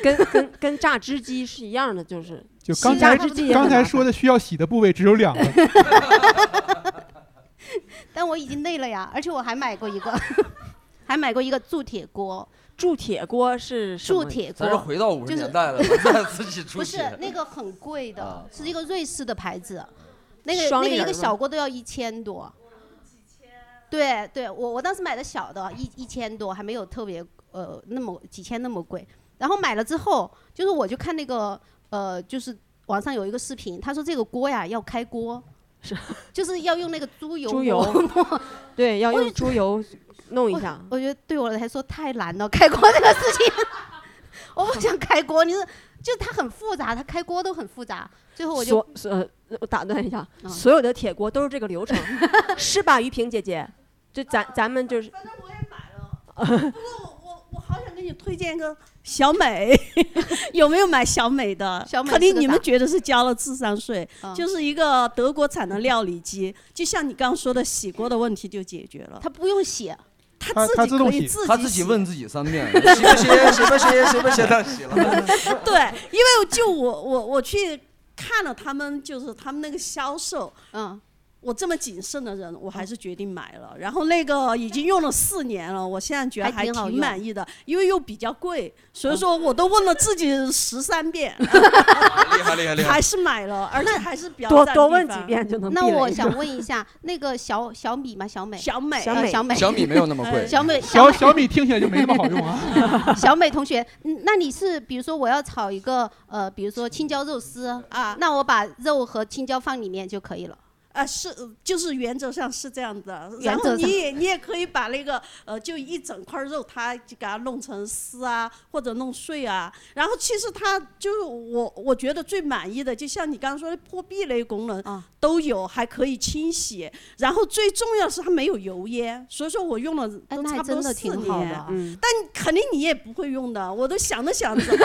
S3: 跟跟跟榨汁机是一样的，就是
S9: 就刚
S3: 榨
S9: 才
S3: 汁
S6: 啊
S3: 机也很
S9: 刚才
S3: 麻烦
S9: 说的需要洗的部位只有两个，
S6: 但我已经累了呀，而且我还买过一个，还买过一个铸铁锅，
S3: 铸铁锅是什
S6: 铸
S3: 么
S6: 铁锅
S4: 咱是回到五十
S6: 就是
S4: 年代了， 咱再自己出
S6: 不是
S4: 去。啊
S6: 那个很贵的，是一个瑞士的牌子，那个
S3: 双
S6: 那
S3: 立
S6: 个一
S3: 人
S6: 个
S3: 吗
S6: 小锅都要一千多。对对，我我当时买的小的，一一千多，还没有特别呃那么几千那么贵。然后买了之后，就是我就看那个呃，就是网上有一个视频，他说这个锅呀要开锅，
S3: 是
S6: 就是要用那个猪油
S3: 猪油
S6: 锅
S3: 对，要
S6: 我
S3: 用
S6: 就
S3: 猪油弄一下。
S6: 我觉得对我来说太难了，开锅这个事情， 我不想开锅。你是就它很复杂，它开锅都很复杂。最后我就
S3: 所所呃我打断一下，
S6: 嗯
S3: 所有的铁锅都是这个流程， 是吧，于萍姐姐？就咱咱们 就是，
S5: 我好想给你推荐一个小美， 有没有买小美的？
S6: 小美
S5: 可
S6: 是
S5: 能
S6: 个
S5: 你们
S6: 啥
S5: 觉得是交了智商税，
S6: 嗯
S5: 就是一个德国产的料理机，就像你刚刚说的洗锅的问题就解决了。
S6: 它不用洗，啊
S5: 它
S4: 他
S5: 自己可以
S4: 他
S5: 己
S4: 自己
S5: 洗。
S4: 问自己三 遍，洗不洗？洗不洗？洗不洗？他洗了。
S5: 对，因为就我我我去看了他们，就是他们那个销售，
S6: 嗯，
S5: 我这么谨慎的人，我还是决定买了。然后那个已经用了四年了，我现在觉得
S6: 还
S5: 还
S6: 挺好
S5: 挺
S6: 用
S5: 满意的，因为又比较贵，所以说我都问了自己十三遍，
S4: 厉害厉害 厉害
S5: 还！是买了，而且还是比较
S3: 多
S5: 占
S3: 多
S5: 地
S3: 问
S5: 方
S3: 几遍就能
S6: 那
S3: 避雷
S6: 我
S3: 是
S6: 想
S3: 吧
S6: 问一下，那个小小米吗？小美，
S5: 小美
S3: 小
S6: 呃
S3: 美
S6: 小美，呃嗯
S4: 小米没有那么贵，
S6: 小美，
S9: 小小米听起来就没那么好用啊。
S6: 小美同学，嗯那你是比如说我要炒一个呃，比如说青椒肉丝，
S5: 啊
S6: 那我把肉和青椒放里面就可以了。
S5: 啊是就是原则上是这样的，
S6: 原
S5: 然后
S6: 则上
S5: 你也你也可以把那个呃就一整块肉它就给它弄成丝啊或者弄碎啊，然后其实它就是我我觉得最满意的，就像你刚刚说的破壁类功能
S6: 啊
S5: 都有，还可以清洗，然后最重要是它没有油烟，所以说我用了
S6: 哎，
S5: 都
S6: 那还
S5: 差不
S6: 真
S5: 多
S6: 的
S5: 四
S6: 挺好
S5: 年
S6: 的。。
S3: 嗯，
S5: 但肯定你也不会用的，我都想着想着，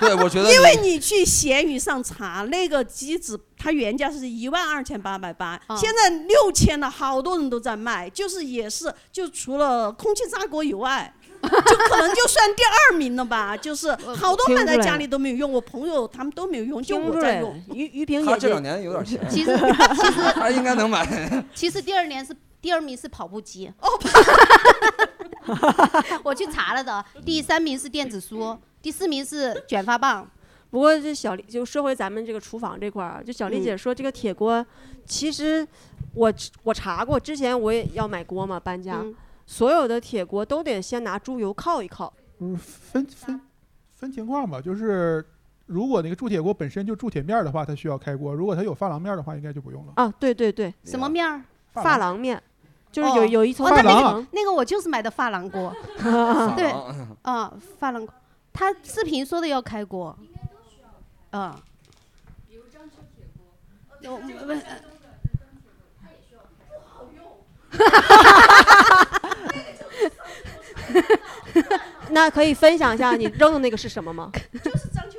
S4: 对我觉得你
S5: 因为你去闲鱼上查那个机子，它原价是一万二千八百八
S6: 嗯，
S5: 现在六千了，好多人都在卖，就是也是就除了空气炸锅以外。就可能就算第二名了吧，就是好多买在家里都没有用，我朋友他们都没有用，就
S3: 听出
S5: 我
S3: 来
S5: 在
S3: 了
S5: 用。
S3: 于于萍
S4: 他
S3: 姐
S4: 这两
S3: 姐，
S4: 年有点钱，
S6: 其实
S4: 他应该能买。
S6: 其实第二年是第二名是跑步机，
S5: 哦
S6: 我去查了的，第三名是电子书，第四名是卷发棒，
S3: 不过这小丽就说回 咱们这个厨房这块儿啊，就小
S6: 嗯
S3: 丽姐说这个铁锅，其实我我查过，之前我也要买锅嘛，搬家，
S6: 嗯，
S3: 所有的铁锅都得先拿猪油烤一烤。
S9: 嗯，分分分情况吧，就是如果那个铸铁锅本身就铸铁面儿的话，它需要开锅；如果它有珐琅面儿的话，应该就不用了。
S3: 啊，对对对，
S6: 什么面儿？
S3: 珐琅面，就是有、
S6: 哦
S3: 有一层
S6: 哦
S3: 珐
S9: 那那个
S3: 琅，
S6: 那个我就是买的珐 琅锅，
S4: 珐
S6: 对
S4: 琅
S6: 啊，珐琅锅，他视频说的要开锅， 啊，
S10: 呃
S6: 有
S3: 那可以分享一下你扔的那个是什么 吗？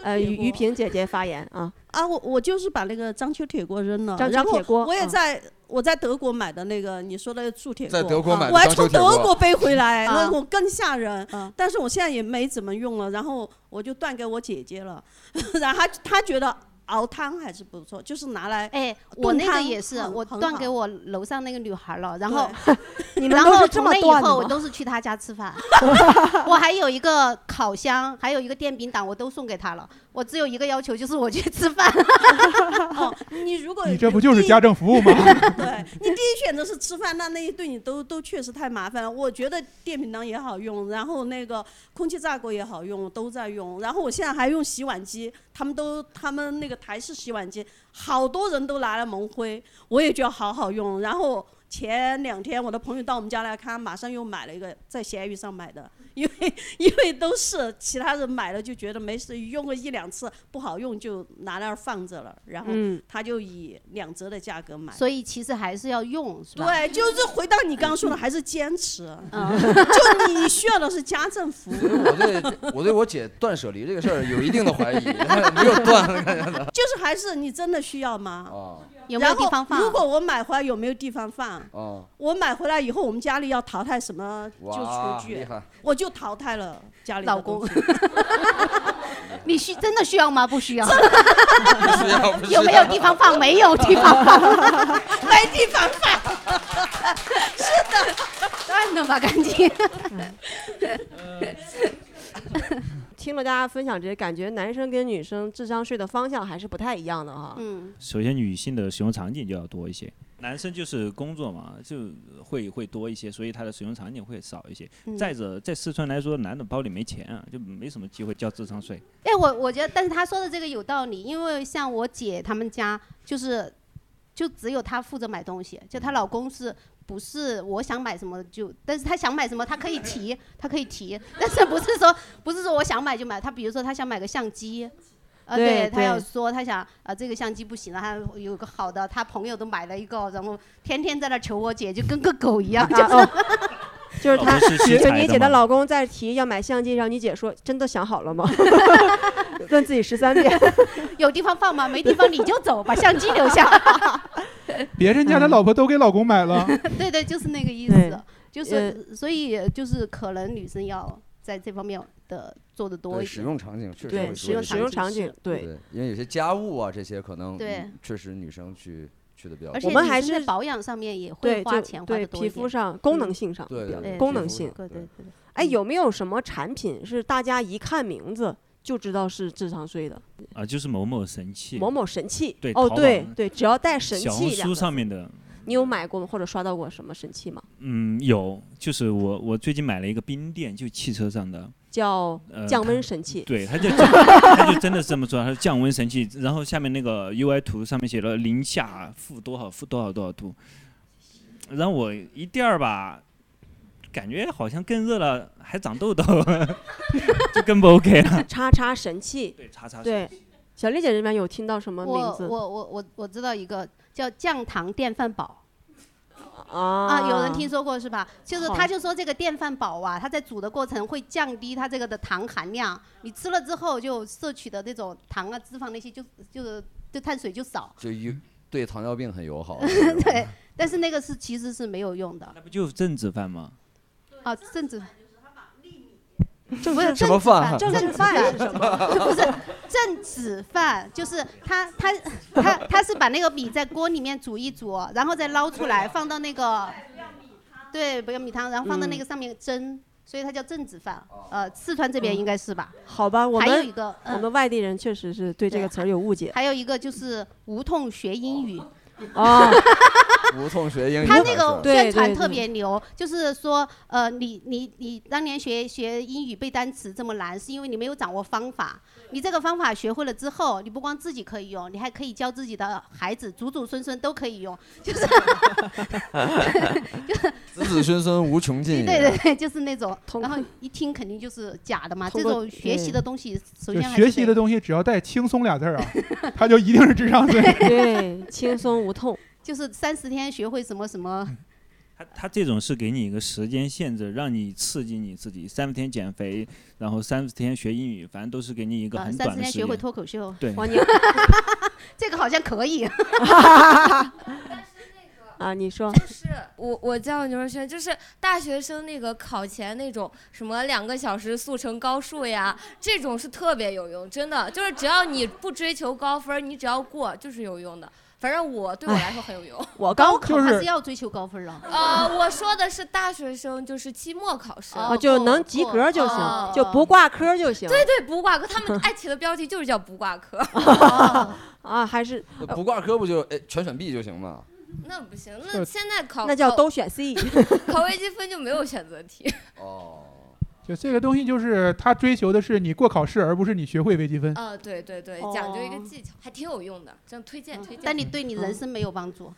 S3: 呃，于于
S5: 于
S3: 萍姐姐发言啊，
S5: 啊，我我就是把那个章丘铁锅扔了，
S3: 章丘
S5: 然后
S3: 铁锅
S5: 我也
S3: 嗯
S5: 在我在德国买的那个你说的铸铁锅，啊
S4: 在德国买
S5: 我
S4: 的
S5: 还
S4: 章丘
S5: 从
S4: 铁
S5: 德国
S4: 锅，
S5: 背回来，
S6: 啊
S5: 那我更吓人
S6: 啊。
S5: 但是我现在也没怎么用了，然后我就断给我姐姐了， 然后她她觉得熬汤还是不错，就是拿来。
S6: 哎，我
S5: 炖
S6: 那个
S5: 汤
S6: 也是，
S5: 很
S6: 我
S5: 很
S6: 断
S5: 好
S6: 给我楼上那个女孩了，然
S5: 对
S6: 后
S3: 你们
S6: 然
S3: 都
S6: 后
S3: 是这
S6: 从
S3: 么
S6: 那以
S3: 断
S6: 后，我
S3: 的吗？
S6: 都是去他家吃 饭。我还有一个烤箱，还有一个电饼铛，我都送给他了。我只有一个要求，就是我去吃 饭。
S5: 哦，你 如果
S9: 你这不就是
S5: 第一
S9: 家政服务吗？
S5: 对你第一选择是吃饭，那那一对你都都确实太麻烦了。我觉得电饼铛也好用，然后那个空气炸锅也好用，都在用。然后我现在还用洗碗机，他们都他们那个台式洗碗机，好多人都拿来蒙灰，我也觉得好好用。然后前两天我的朋友到我们家来看，马上又买了一个，在闲鱼上买的，因为因为都是其他人买了就觉得没事，用个一两次不好用就拿那儿放着了，然后
S3: 嗯，
S5: 他就以两折的价格买。
S6: 所以其实还是要用，是吧？
S5: 对，就是回到你刚刚说的，还是坚持。
S6: 嗯，
S5: 就你需要的是家政服务，
S4: 所以我对我对我姐断舍离这个事儿有一定的怀疑， 没有断 了感觉
S5: 就是还是你真的需要吗？
S4: 啊
S6: 哦有没有
S5: 然后
S6: 地方放？
S5: 如果我买回来有没有地方放？
S4: 啊！
S5: 我买回来以后，我们家里要淘汰什么就
S4: 哇，
S5: 厨
S4: 厉
S5: 具，
S4: 害！
S5: 我就淘汰了家里的
S6: 老公
S5: 东西
S6: 你需真的需要吗？不需要。
S4: 不需要不需
S6: 有
S4: 要
S6: 没有地方放？ 没有地方放，没地方放。 是的，断了吧，赶紧。
S3: 和大家分享这些，感觉男生跟女生智商税的方向还是不太一样的哈。
S6: 嗯，
S8: 首先女性的使用场景就要多一些，男生就是工作嘛，就会会多一些，所以他的使用场景会少一些。
S6: 嗯
S8: 再者，在四川来说，男的包里没钱啊，就没什么机会交智商税。
S6: 哎，我我觉得，但是他说的这个有道理，因为像我姐他们家就是，就只有她负责买东西，就她老公是不是我想买什么就，但是她想买什么她可以提，她可以提， 但是不是说不是说我想买就买，她比如说她想买个相机。啊，
S3: 对
S6: 对，她要
S3: 对
S6: 说她想啊，这个相机不行了，她有个好的，她朋友都买了一个，然后天天在那求我姐，就跟个狗一样，就是、
S3: 哦 就是她，
S6: 哦不是
S3: 就
S6: 器材
S3: 你
S6: 的
S3: 姐的
S6: 吗
S3: 老公在提要买相机，然后你姐说：“真的想好 了吗？”问自己十三遍。
S6: 有地方放吗？没地方你就走，把相机留下。
S9: 别人
S6: 嗯
S9: 家的老婆都给老公买了，
S6: 对对，就是那个意思，就是、
S3: 呃
S6: 所以就是可能女生要在这方面的做的多
S4: 对
S6: 一
S4: 使
S6: 点。
S4: 用场景确实
S6: 对
S4: 会
S6: 使
S4: 多
S6: 用
S4: 一
S6: 场
S4: 些
S6: 景使用场景是对
S4: 对，因为有些家务啊这些可能
S6: 对
S4: 嗯确实女生去去的比较多，
S6: 而且女生在保养上面也会
S3: 对，
S6: 花
S3: 就
S6: 钱花
S3: 对
S6: 的多
S3: 皮
S6: 一
S3: 肤
S6: 点。嗯
S3: 上功能性上，
S4: 对
S3: 比较
S4: 对对
S3: 功能
S4: 皮肤
S3: 性
S4: 上。
S6: 对对对，
S3: 哎，有没有什么产品是大家一看名字就知道是智商税的？
S8: 啊，就是某某神器，
S3: 某某神器
S8: 对，
S3: 哦，
S8: 淘宝
S3: 对对，只要带神
S8: 小红
S3: 器两
S8: 书
S3: 个字，
S8: 上面的，
S3: 你有买过吗？或者刷到过什么神器吗？
S8: 嗯，有，就是我我最近买了一个冰垫，就汽车上的，
S3: 叫
S8: 呃
S3: 降
S8: 它
S3: 温神器。
S8: 对， 它就它就真的是这么说，它是降温神器。然后下面那个 UI 图上面写了零下负多少负多少多少度，然后我一垫儿吧，感觉好像更热了，还长痘 痘，就更不 OK 了。
S3: 叉叉神器。
S8: 对，叉叉神
S3: 对，小丽姐这边有听到什么
S6: 我
S3: 名字？
S6: 我我我我知道一个叫降糖电饭煲。
S3: 啊
S6: 啊，有人听说过是吧？就是
S3: 好
S6: 他就说这个电饭煲啊，它在煮的过程会降低它这个的糖含量，你吃了之后就摄取的那种糖啊、脂肪那些就就就碳水就少，
S4: 就一对糖尿病很友 好，
S8: 哦
S6: 对。但是那个是其实是没有用的
S8: 不就是政治犯吗？
S6: 啊，政治。
S3: 政
S6: 不是
S8: 什么饭啊
S6: 政治
S3: 政
S6: 犯
S3: 治犯是
S6: 政治犯是
S3: 什
S6: 什
S3: 么
S6: 么？ 不是政治饭，就是他他他他是把那个米在锅里面煮一煮，然后再捞出来放到那个，对，不要米汤，然后放到那个上面蒸，所以它叫政治饭。
S3: 哦
S6: 呃，四川这
S8: 嗯
S6: 边应该是吧？
S3: 嗯好吧，我
S6: 还有
S3: 们
S6: 一个
S3: 我
S6: 嗯
S3: 们外地人确实是对这个词儿有误解
S6: 还有一个就是无痛学英语。
S8: 哦
S3: 啊。
S4: 无痛学英语
S6: 他
S4: 还
S6: 那
S4: 是。
S6: 个
S3: 对
S6: 宣传
S3: 对
S6: 特
S3: 对
S6: 别牛，就是说，呃，你你你当年学学英语背单词这么难，是因为你没有掌握方法。你这个方法学会了之后，你不光自己可以用，你还可以教自己的孩子，祖祖孙孙都可以用。 就是
S4: 子子孙孙无穷尽也。
S6: 对对对，就是那种。然后一听肯定就是假的嘛，
S3: 通
S6: 这
S3: 过
S6: 种学习的东西，首
S9: 就
S6: 先还
S9: 学
S6: 是
S9: 习
S6: 得
S9: 的东西只要带“轻松”俩字 儿啊，他就一定是智 商税。
S3: 对，轻松无痛。
S6: 就是三十天学会什么什么。
S8: 他他这种是给你一个时间限制，让你刺激你自己，三十天减肥，然后三十天学英语，反正都是给你一个
S6: 啊，
S8: 很
S6: 三十
S8: 短的时
S6: 天学
S8: 间。
S6: 会脱口秀，
S8: 对 哇
S3: 你
S6: 这个好像 可以。
S3: 啊，你说
S11: 就是我我叫牛若瑄，就是大学生那个考前那种什么两个小时速成高数呀，这种是特别有用，真的就是只要你不追求高分，你只要过就是有用的。反正我对我来说很有用。
S3: 我高
S6: 考还是要追求高分啊。
S11: 呃，我说的是大学生，就是期末考试，
S3: 啊，就能及格就
S11: 哦
S3: 行，就不挂科就行。
S11: 对对，不挂科，他们爱起的标题就是叫不挂科。
S3: 啊，还是
S4: 不挂科不就哎全选 B 就行吗？
S11: 那不行，
S3: 呃
S11: 那现在考
S3: 那叫
S11: 考
S3: 都选 C。
S11: 考微积分就没有选择题。
S9: 就这个东西，就是他追求的是你过考试，而不是你学会微积分。
S11: 啊、对对对，讲究一个技巧，还挺有用的，真的推荐 推荐。
S6: 哦但你对你
S8: 嗯
S6: 人生没有帮助。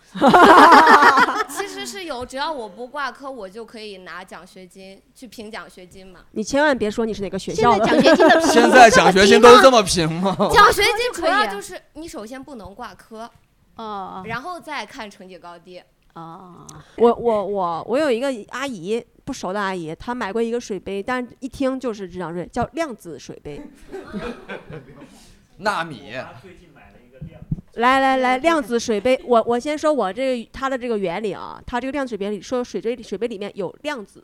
S11: 其实是有，只要我不挂科，我就可以拿奖学金去评奖学金嘛。
S3: 你千万别说你是哪个学校的。
S11: 现在奖学金的评
S4: 现在 奖学金都这么平 吗？
S3: 哦
S11: 奖学金主
S6: 可以
S11: 要
S6: 啊
S11: 就是你首先不能挂科，
S6: 哦，
S11: 然后再看成绩高低。
S6: 哦，
S3: 我我我我有一个阿姨，不熟的阿姨，她买过一个水杯，但一听就是智商税，叫量子水杯。
S4: 纳米。
S3: 来来来，量子水杯，我我先说我这个它的这个原理啊，它这个量子水杯里说水杯水杯里面有量子，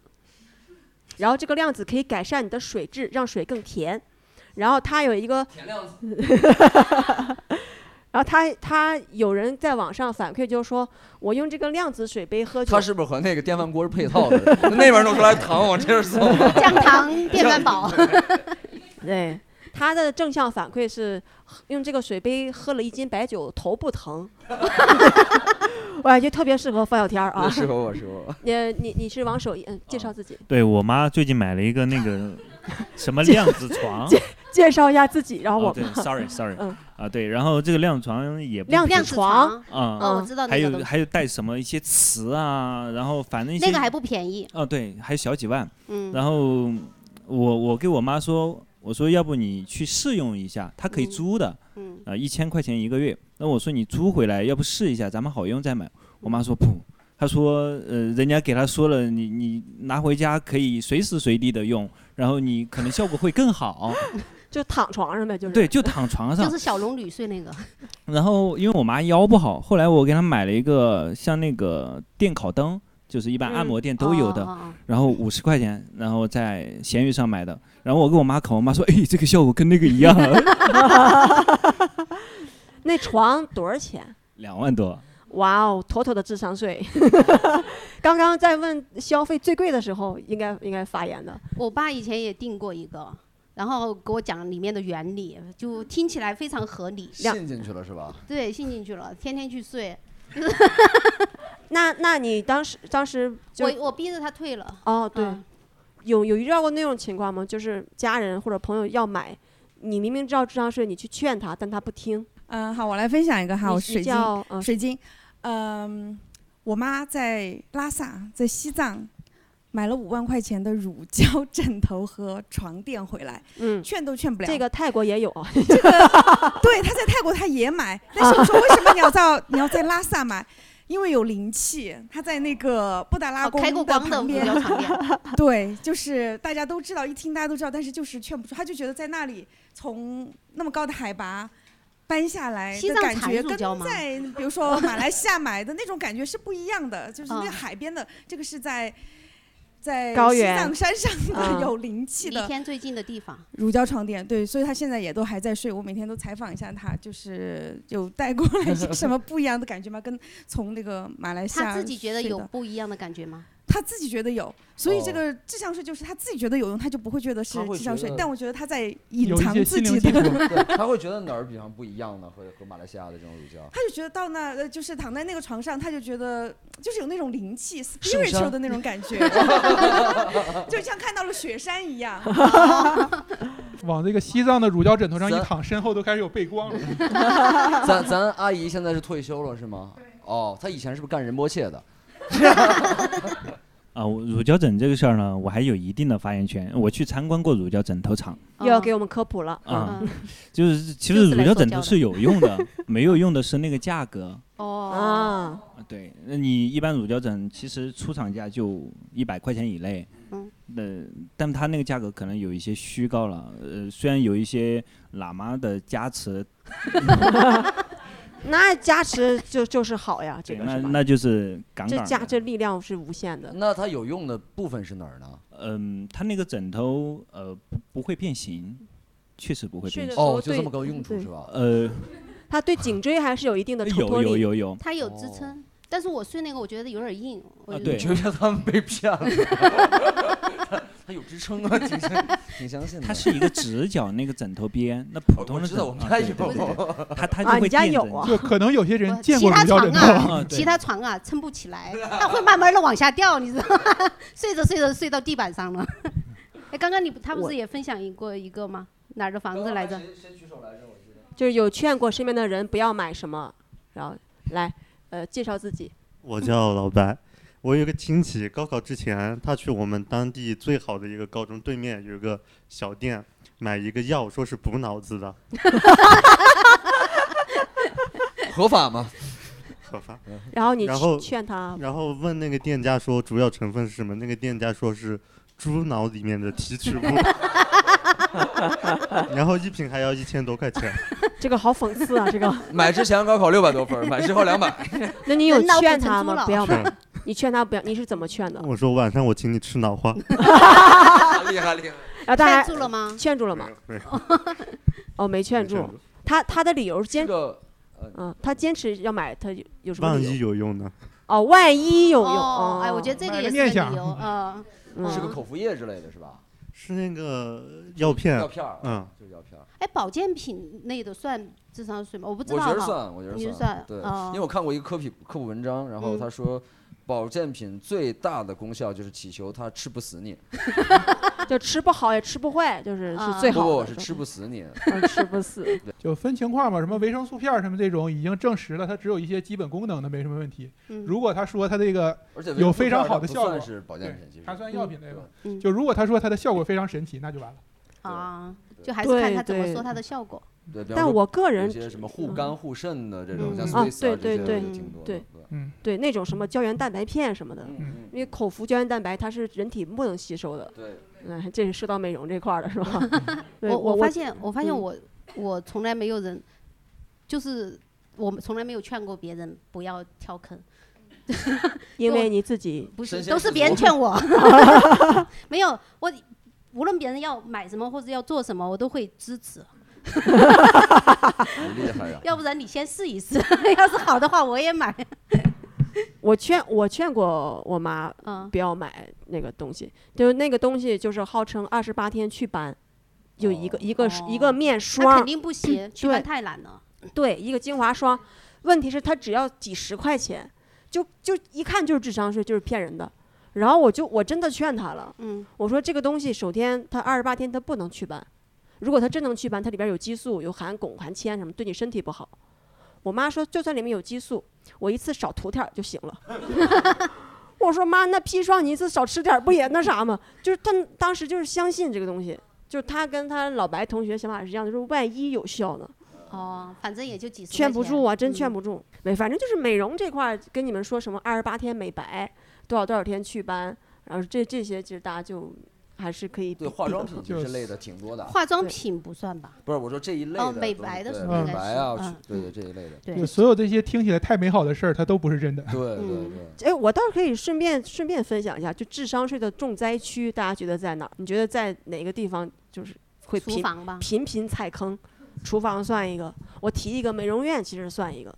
S3: 然后这个量子可以改善你的水质，让水更甜。然后它有一个， 然后它它有人在网上反馈，就是说我用这个量子水杯喝酒，
S4: 它是不是和那个电饭锅是配套的？ 那边弄出来糖，往这儿送。
S6: 降糖电饭煲。
S3: 对，他的正向反馈是喝用这个水杯喝了一斤白酒，头不疼。 我感觉特别适合范小天儿啊，
S4: 适合我，适合我。
S3: 你你你是王守义，嗯，介绍自己，
S8: 对我妈最近买了一个那 个什么量子床，
S3: 介介绍一下自己，然后
S8: 啊哦
S3: 我
S8: 对
S3: 们。
S8: ，sorry sorry，
S3: 嗯
S8: 啊对，然后这个量子床也不
S3: 量
S8: 便宜
S3: 子床
S8: 啊，
S6: 哦我知道那
S8: 还
S6: 个
S8: 有
S6: 东
S8: 还有带什么一些词啊，然后反正一些
S6: 那个还不便宜。
S8: 哦，对，还有小几万。
S6: 嗯
S8: 然后我我给我妈说，我说要不你去试用一下，她可以租的，
S6: 嗯，
S8: 啊、一千块钱一个月。那我说你租回来，要不试一下，咱们好用再买。我妈说不，她说呃，人家给她说了，你你拿回家可以随时随地的用，然后你可能效果会更 好。
S3: 就躺床上呗，就是
S8: 对，就躺床上
S6: 就。是小龙女睡那个，
S8: 然后因为我妈腰不好，后来我给她买了一个像那个电烤灯，就是一般
S3: 嗯
S8: 按摩店都有的，
S6: 哦哦哦
S8: 然后五十块钱，然后在闲鱼上买的。然后我给我妈看，我妈说：“哎，这个效果跟那个一 样，
S3: 那床多少钱？
S8: 两万多。
S3: 哇哦，妥妥的智商税。 刚刚在问消费最贵的时候，应该应该发言的。
S6: 我爸以前也订过一个，然后给我讲里面的原理，就听起来非常合理。
S4: 陷进去了是吧？
S6: 对，信进去了，天天去 睡。
S3: 那那你当时当时就
S6: 我我逼着他退了，
S3: 哦对，有有遇到过那种情况吗？就是家人或者朋友要买，你明明知道智商税，你去劝他，但他不听。
S12: 嗯，好，我来分享一个哈，
S3: 你
S12: 我
S3: 你
S12: 水晶
S3: 叫，嗯
S12: 水晶，嗯，我妈在拉萨，在西藏。买了五万块钱的乳胶枕头和床垫回来，
S3: 嗯，
S12: 劝都劝不了。
S3: 这个泰国也有啊，
S12: 对，他在泰国他也买， 但是我说为什么你要在 你要在拉萨买？因为有灵气，他在那个布达拉
S6: 哦开
S12: 宫
S6: 过光的
S12: 旁
S6: 乳
S12: 边
S6: 胶床垫，
S12: 对，就是大家都知道，一听大家都知道，但是就是劝不住，他就觉得在那里从那么高的海拔搬下来
S6: 西
S12: 的
S6: 藏
S12: 感
S6: 产
S12: 觉，
S6: 乳
S12: 跟
S6: 胶吗
S12: 在比如说马来西亚买的那种感觉是不一样的，就是那
S6: 嗯
S12: 个海边的，这个是在在
S3: 高
S12: 西
S3: 原
S12: 藏山上的
S3: 嗯
S12: 有灵气的
S6: 离天最近的地方。
S12: 乳胶床垫，对，所以他现在也都还在睡。我每天都采访一下他，就是有带过来一些什么不一样的感觉吗？跟从那个马来西亚
S6: 他自己觉得
S12: 睡
S6: 有
S12: 的
S6: 不一样的感觉吗？
S12: 他自己觉得有，所以这
S6: 哦
S12: 个智商税就是他自己觉得有用，他就不会觉得是
S4: 他会
S12: 智商
S4: 觉
S12: 税
S4: 得。
S12: 但我觉得他在隐
S4: 有一
S12: 藏
S4: 些
S12: 自
S4: 心
S12: 己
S4: 灵寄托，
S12: 的，
S4: 对，他会觉得哪儿比方不一样呢？和和马来西亚的这种乳胶
S12: 他。就觉得到那呃，就是躺在那个床上，他就觉得就是有那种灵气
S4: 圣山
S12: spiritual 的那种感 觉，就像看到了雪山一样。
S9: 往这个西藏的乳胶枕头上一躺，身后都开始有背光了。
S4: 咱咱阿姨现在是退休了是吗？哦，她以前是不是干仁波切的？
S8: 啊，我乳胶枕这个事儿呢，我还有一定的发言权。我去参观过乳胶枕头厂
S12: 嗯
S3: 又要给我们科普了。
S8: 啊、
S3: 嗯，
S8: 就是其
S3: 就
S8: 实
S3: 是
S8: 乳
S3: 来
S8: 胶
S3: 做
S8: 枕
S3: 胶
S8: 头
S3: 的
S8: 是有用的，没有用的是那个价格。啊，
S3: 哦，
S8: 对，那你一般乳胶枕其实出厂价就一百块钱以内，
S6: 嗯，
S8: 那但它那个价格可能有一些虚高了，呃，虽然有一些喇嘛的加持，
S3: 那加持就就是好呀，这
S8: 对，
S3: 个
S8: 那
S3: 是吧？
S8: 那就是杠
S3: 这
S8: 杠
S3: 加
S8: 的。
S3: 这力量是无限的。
S4: 那它有用的部分是哪儿呢？
S8: 嗯，它那个枕头呃不不会变形，确实不会
S3: 睡
S8: 变
S3: 的
S8: 形。
S3: 时候哦就这对么
S4: 高用处
S3: 对
S4: 是吧？
S8: 呃，
S3: 它对颈椎还是有一 定的承
S8: 有
S3: 托力。
S8: 有有有，
S6: 他有支撑，但是我睡那个我觉得有点硬，我
S8: 啊
S6: 就
S8: 对，
S4: 哦觉得他们被骗 了，他有支撑啊， 挺相挺相信的。
S8: 它是一个直角那个枕头边，那普通的
S4: 知
S8: 枕
S4: 道
S8: 头
S4: 我们
S8: 啊
S4: 家
S8: 对对
S4: 有
S8: 对对它它
S4: 啊
S8: 就
S4: 你
S8: 会
S4: 家
S8: 垫
S4: 有
S8: 着你
S4: 啊
S9: 就可能有些人见
S6: 其
S9: 过
S6: 他
S9: 乳胶
S6: 床
S9: 枕头，
S6: 啊，
S8: 对
S6: 其他床啊撑不起来，它会慢慢的往下掉，你知道吗？ 睡着睡着睡到地板上了。 哎，刚刚你不他不
S3: 我
S6: 是也分享一过一个吗？哪儿的房子来
S4: 呃
S6: 着？
S3: 就是有劝过身边的人不要买什么，然后来呃介绍自己。
S7: 我叫老白，我有一个亲戚，高考之前他去我们当地最好的一个高中对面有一个小店买一个药，说是补脑子的，
S4: 合法吗？
S7: 合 法。
S3: 然后你
S7: 然后
S3: 劝他，
S7: 然后问那个店家说主要成分是什么，那个店家说是猪脑里面的提 取物，然后一瓶还要一千多块钱。
S3: 这个好讽刺啊！这 个，
S4: 买之前高考六百多分儿，买之后两百。
S3: 那你有
S4: 人脑
S3: 劝
S4: 补成
S3: 他
S4: 猪
S3: 吗？
S4: 了
S3: 不要买
S7: 是。
S3: 你劝他不要，你是怎么 劝的？
S7: 我说晚上我请你吃脑 花，
S4: 厉害厉害！
S3: 然后大家
S6: 劝住了吗
S3: 劝住了吗？
S7: 没有
S3: 哦，没劝
S7: 没劝
S3: 住
S7: 住。
S3: 他他的理由是坚，
S4: 嗯，
S3: 他坚持要买，他有有什么
S7: 万
S3: 理由？
S7: 一有用呢？
S3: 哦，万一有用。
S6: 哦
S3: 哦，
S6: 哎，我觉得这个
S4: 买个
S6: 也是
S4: 念
S6: 个
S4: 想
S6: 理由，嗯，
S4: 是个口服液之类的是吧？
S7: 是那个药片，
S4: 药片儿
S7: 嗯，
S4: 就是药片儿。
S6: 哎，保健品类的算智商税吗？我不知
S4: 我
S6: 道
S4: 觉
S6: 啊
S4: 得
S6: 哈
S4: 算，我觉
S6: 你
S4: 得
S6: 是算，
S4: 对，
S6: 哦
S4: 因为我看过一个科普科普文章，然后
S6: 嗯
S4: 他说，保健品最大的功效就是祈求它吃不死你，
S6: 嗯
S3: 就吃不好也吃不坏，就是是最
S4: 不
S3: 好
S4: 不，
S3: 的。嗯
S4: 我是吃不死你，
S3: 吃不 死。
S9: 就分情况嘛，什么维生素片儿什么这种已经证实了，它只有一些基本功能，它没什么问题。
S6: 嗯
S9: 如果他说它这个
S4: 而且维
S9: 有
S4: 生素
S9: 非
S4: 片
S9: 常
S4: 儿
S9: 好
S4: 它
S9: 的
S4: 不
S9: 效果，
S4: 算是保健
S9: 对
S4: 品其实
S9: 它算药品类吧。
S6: 嗯
S9: 就如果他说它的效果非常神奇，那就完了。
S6: 啊，就还是看他怎么说他的效果。
S4: 对，比
S3: 但
S4: 方说
S3: 我个人嗯
S4: 有些什么护肝护肾的这
S6: 嗯
S4: 种，像
S3: 啊
S4: Swiss
S3: 对
S4: 啊这
S3: 对
S4: 些
S3: 对
S4: 就挺多的。嗯
S3: 对
S9: 嗯
S3: 对那种什么胶原蛋白片什么的，因为口服胶原蛋白它是人体不能吸收的。
S4: 对，嗯
S3: 嗯，这是说到美容这块儿了是吧？ 对
S6: 我
S3: 我
S6: 发现，我发现
S3: 嗯
S6: 我、我从来没有人，就是我从来没有劝过别人不要跳坑，
S3: 因为你自己
S6: 不是都是别人劝我， 没有我无论别人要买什么或者要做什么，我都会支持。
S4: 很厉害啊呀！
S6: 要不然你先试一试， 要是好的话我也买。
S3: 我劝我劝过我妈
S6: 嗯
S3: 不要买那个东西，就是那个东西就是号称二十八天祛斑，有一个、
S4: 哦
S3: 一个一个面
S6: 那
S3: 霜，
S6: 哦肯定不行， 祛
S3: 对
S6: 斑太难了。
S3: 对，一个精华霜，问题是它只要几十块钱，就就一看就是智商税，就是骗人的。然后我就我真的劝他了，
S6: 嗯，
S3: 我说这个东西首先它二十八天它不能祛斑，如果它真能祛斑，它里边有激素，有含汞、含铅什么，对你身体不好。我妈说就算里面有激素，我一次少涂点儿就行了。 我说妈，那砒霜你一次少吃点儿不也那啥吗？就是他当时就是相信这个东西，就是他跟他老白同学想法是一样的，就是万一有效呢？
S6: 哦，反正也就几十。嗯
S3: 劝不住啊，真劝不住。没，反正就是美容这块儿，跟你们说什么二十八天美白，多少多少天祛斑，然后这这些其实大家就还是可以
S4: 对
S3: 避
S4: 化
S3: 避
S4: 妆
S3: 得
S4: 品
S3: 很
S4: 其实类的挺多的，啊
S6: 化妆品不算吧？
S4: 不是我说这一类的
S6: 哦
S4: 东西，
S6: 美白的
S4: 对
S6: 是不是应
S4: 美
S6: 该
S4: 白
S6: 是
S4: 啊
S6: 嗯，
S4: 对对这一类的，
S9: 就所有这些听起来太美好的事儿，它都不是真的。
S4: 对对对。
S3: 哎，我倒是可以顺便顺便分享一下，就智商税的重灾区，大家觉得在哪儿？你觉得在哪个地方就是会
S6: 厨
S3: 频
S6: 房吧
S3: 频频踩坑？厨房算一个，我提一个美容院，其实算一个。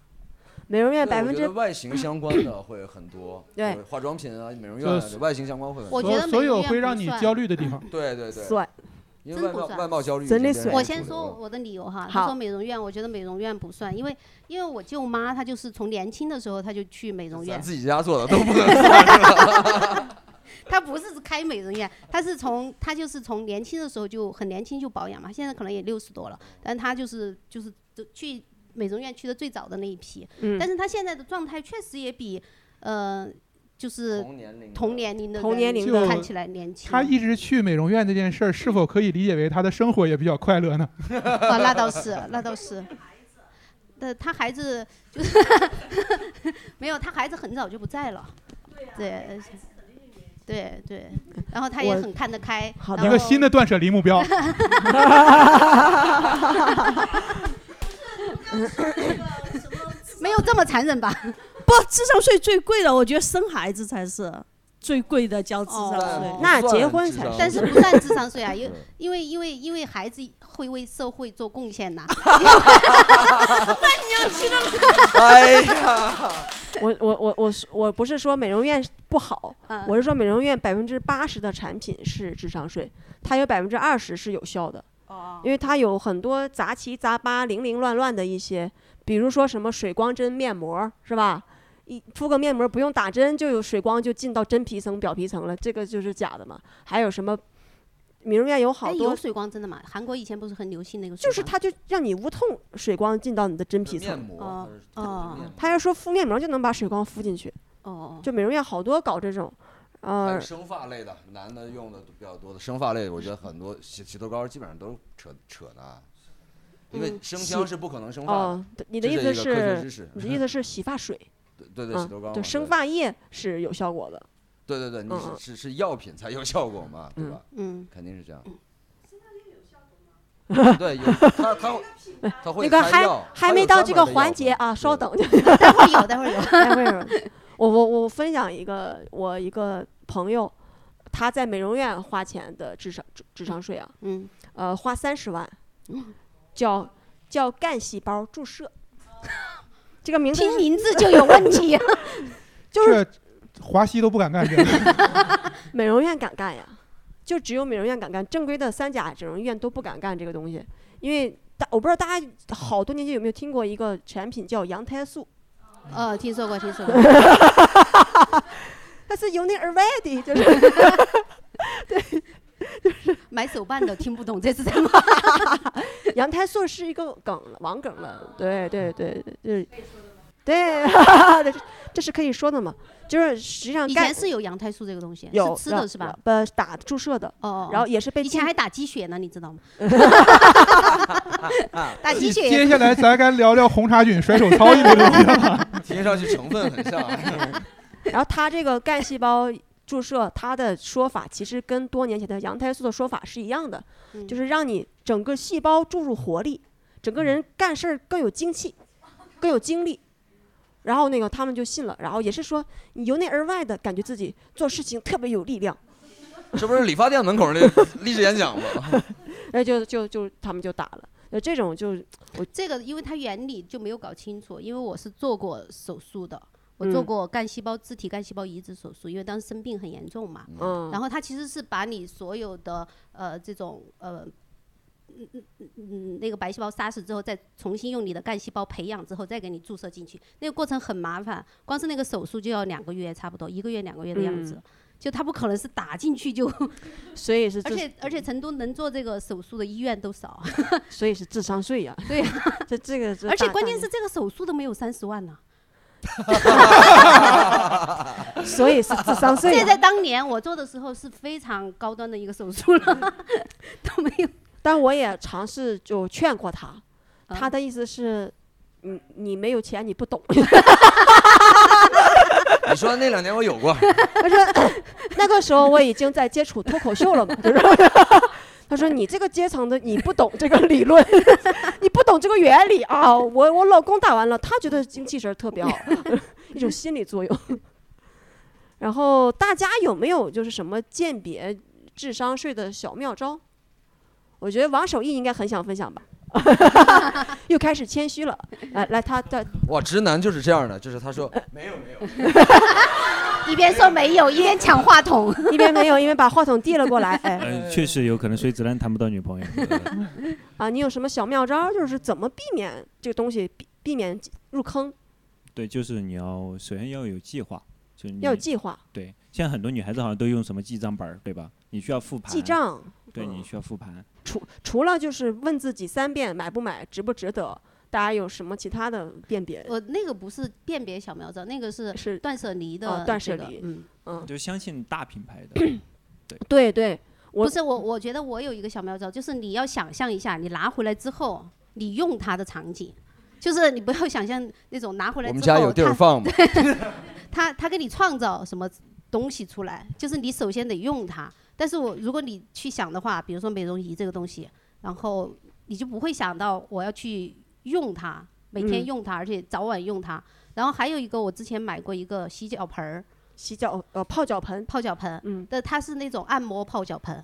S3: 美容院
S4: 对
S3: 百
S4: 我
S3: 分
S4: 觉
S3: 之嗯
S4: 得外形相关的会很多，
S3: 对
S4: 化妆品啊、美容院
S9: 就
S4: 啊
S9: 是
S4: 对外形相关会很多。
S9: 所所有会让你焦虑的地方，
S4: 对对对，
S3: 算
S4: 因为
S6: 真
S4: 外
S6: 不
S4: 貌
S6: 算
S4: 外貌焦虑已
S3: 真
S4: 经
S3: 的
S4: 变
S3: 算
S4: 成
S6: 我
S4: 主
S6: 先
S4: 流
S6: 说
S4: 了
S6: 我的理由哈，
S3: 好
S6: 他说美容院，我觉得美容院不算，因为因为我舅妈她就是从年轻的时候她就去美容
S4: 咱
S6: 院，
S4: 自 己家做的都不能算是吧？
S6: 她不是开美容院，她是从她就是从年轻的时候就很年轻就保养嘛，现在可能也六十多了，但她就是就是就去美容院去的最早的那一批，
S3: 嗯
S6: 但是她现在的状态确实也比呃就是
S4: 同年龄
S6: 同年龄的
S3: 同
S6: 人
S3: 年龄
S9: 的
S6: 看起来年轻，
S9: 他一直去美容院这件事儿，是否可以理解为他的生活也比较快乐呢？
S6: 啊，那倒是，那倒是。但他孩子就是 没有，他孩子很早就不在了。对、对对，然后他也
S9: 我
S6: 很看得开。
S9: 好
S6: 然
S9: 一个
S6: 后
S9: 新的断舍离目标。
S6: 没有这么残忍吧？
S5: 不，智商税最贵的，我觉得生孩子才是最贵的交智商税。
S3: 哦那结婚才
S6: 但是不算智商税 啊，因因为因为因为孩子会为社会做贡献呐、那你要知道，
S4: 哎呀，
S3: 我我我我是我不是说美容院不好，
S6: 嗯
S3: 我是说美容院百分之八十的产品是智商税，它有百分之二十是有效的，
S6: 哦
S3: 因为它有很多杂七杂八、零零乱乱的一些，比如说什么水光针面膜是吧？一敷个面膜不用打针就有水光就进到真皮层、表皮层了，这个就是假的嘛。还有什么美容院 有好
S6: 哎，
S3: 多
S6: 有水光针的嘛？韩国以前不是很流行那个水
S3: 就
S6: 光？
S3: 是它就让你无痛水光进到你的真皮层，
S6: 哦哦
S3: 他要说敷面膜就能把水光敷进去。
S6: 哦，
S3: 就美容院好多搞这种，
S4: 还
S3: 呃
S4: 有，生发类的，男的用的比较多的生发类，我觉得很多洗洗头膏基本上都扯扯呢，因为
S3: 嗯
S4: 生
S3: 洗
S4: 姜是不可能生发
S3: 哦，对你的
S4: 这
S3: 意思
S4: 一个科学知
S3: 是
S4: 识，
S3: 你的意思是洗发水，
S4: 对对
S3: 嗯
S4: 洗头膏嘛
S3: 对，生
S4: 对
S3: 发液是有效果的。
S4: 对对对，你
S3: 嗯嗯
S4: 是是是药品才有效果嘛，对吧？
S6: 嗯，
S4: 肯定是这样。
S3: 对
S4: 对，有 他他他会
S3: 那个
S4: 开
S3: 还
S4: 药
S3: 还
S4: 他
S3: 没
S4: 有
S3: 到
S4: 专
S3: 这
S4: 门
S3: 个
S4: 的
S3: 环
S4: 药
S3: 节啊，稍等，
S6: 待会儿有待会儿有
S3: 待会儿有。我我我分享一个我一个朋友，他在美容院花钱的智商智智商税啊，
S6: 嗯，
S3: 呃，花三十万， 叫叫干细胞注射， 这个名字
S6: 哦听名字就有问 题，
S3: 就是
S9: 这华西都不敢干这个。
S3: 美容院敢干呀？就只有美容院敢干，正规的三甲整容医院都不敢干这个东西，因为大我不知道大家好多年前有没有听过一个产品叫羊胎素，
S6: 呃，听说过，听说过。
S3: 它是由内而外的，就是 对，就是
S6: 买手办的听不懂这 是什么。
S3: 羊胎素是一个梗了，网梗了，对对对对， 对， 这这是可以说的嘛？就是实际上
S6: 以
S3: 该
S6: 前是有羊胎素这个东西，
S3: 有
S6: 是吃的是吧？
S3: 不打注射的，
S6: 哦，
S3: 然后也是被
S6: 以前
S3: 禁
S6: 还打鸡血呢，你知 道吗？打鸡血也
S9: 接
S6: 是。
S9: 下来咱该聊聊红茶菌甩手操一类的东西 了。
S4: 听上去成分很像。啊
S3: 然后它这个干细胞注射，它的说法其实跟多年前的羊胎素的说法是一样的，
S6: 嗯
S3: 就是让你整个细胞注入活力，整个人干事儿更有精气，更有精力。然后那个他们就信了，然后也是说你由内而外的感觉自己做事情特别有力量，
S4: 这不是理发店门口那 励志演讲吗？
S3: 那就就就他们就打了。那这种就我
S6: 这个，因为它原理就没有搞清楚，因为我是做过手术的，我做
S3: 嗯
S6: 过干细胞自体干细胞移植手术，因为当时生病很严重嘛。
S3: 嗯
S6: 然后它其实是把你所有的呃这种呃。嗯嗯嗯嗯，那个白细胞杀死之后，再重新用你的干细胞培养之后，再给你注射进去，那个过程很麻烦，光是那个手术就要两个月，差不多一个月两个月的样子。
S3: 嗯
S6: 就它不可能是打进去就，
S3: 所以是
S6: 而
S3: 自
S6: 且而且成都能做这个手术的医院都少，
S3: 所以是智商税啊呀、
S6: 对呀、啊
S3: 这这个是
S6: 而且
S3: 大
S6: 关
S3: 大
S6: 键
S3: 年
S6: 是这个手术都没有三十万呢、
S3: 所以是智商税
S6: 这
S3: 啊
S6: 在当年我做的时候是非常高端的一个手术了。
S3: 但我也尝试就劝过他，
S6: 嗯
S3: 他的意思是，你你没有钱，你不懂。
S4: 你说那两年我有过，
S3: 他说 那个时候我已经在接触脱口秀了 嘛，就是。他说：“你这个阶层的，你不懂这个理论， 你不懂这个原理啊！我我老公打完了，他觉得精气神儿特别好， 一种心理作用。 然后大家有没有就是什么鉴别智商税的小妙招？我觉得王守义应该很想分享吧， 又开始谦虚了。来来，他他
S4: 哇，直男就是这样的，就是他说没有没有，
S6: 一边说没有，一边抢话筒，
S3: 一边没有，一边把话筒递了过来。哎，
S8: 嗯，确实有可能，所以直男谈不到女朋友。
S3: 啊，你有什么小妙招儿？就是怎么避免这个东西避避免入坑？
S8: 对，就是你要首先要有计划，就是你
S3: 要有计划。
S8: 对，现在很多女孩子好像都用什么记账本儿，对吧？你需要复盘。
S3: 记账。
S8: 对，
S4: 嗯
S8: 你需要复盘。
S3: 除除了就是问自己三遍买不买，值不值得，大家有什么其他的辨别？
S6: 我那个不是辨别小苗子，那个是断舍离的、
S3: 哦断舍离
S6: 嗯
S3: 嗯，
S8: 就相信大品牌的。
S3: 对对，我
S6: 不是我，我觉得我有一个小妙招，就是你要想象一下，你拿回来之后，你用它的场景，就是你不要想象那种拿回来之后
S4: 我们家有地儿
S6: 它
S4: 放吗？
S6: 他他给你创造什么东西出来，就是你首先得用它。但是我如果你去想的话，比如说美容仪这个东西，然后你就不会想到我要去用它，每天
S3: 嗯
S6: 用它，而且早晚用它。然后还有一个，我之前买过一个洗脚盆儿，
S3: 洗脚呃泡脚盆，
S6: 泡脚盆，
S3: 嗯，
S6: 但它是那种按摩泡脚盆。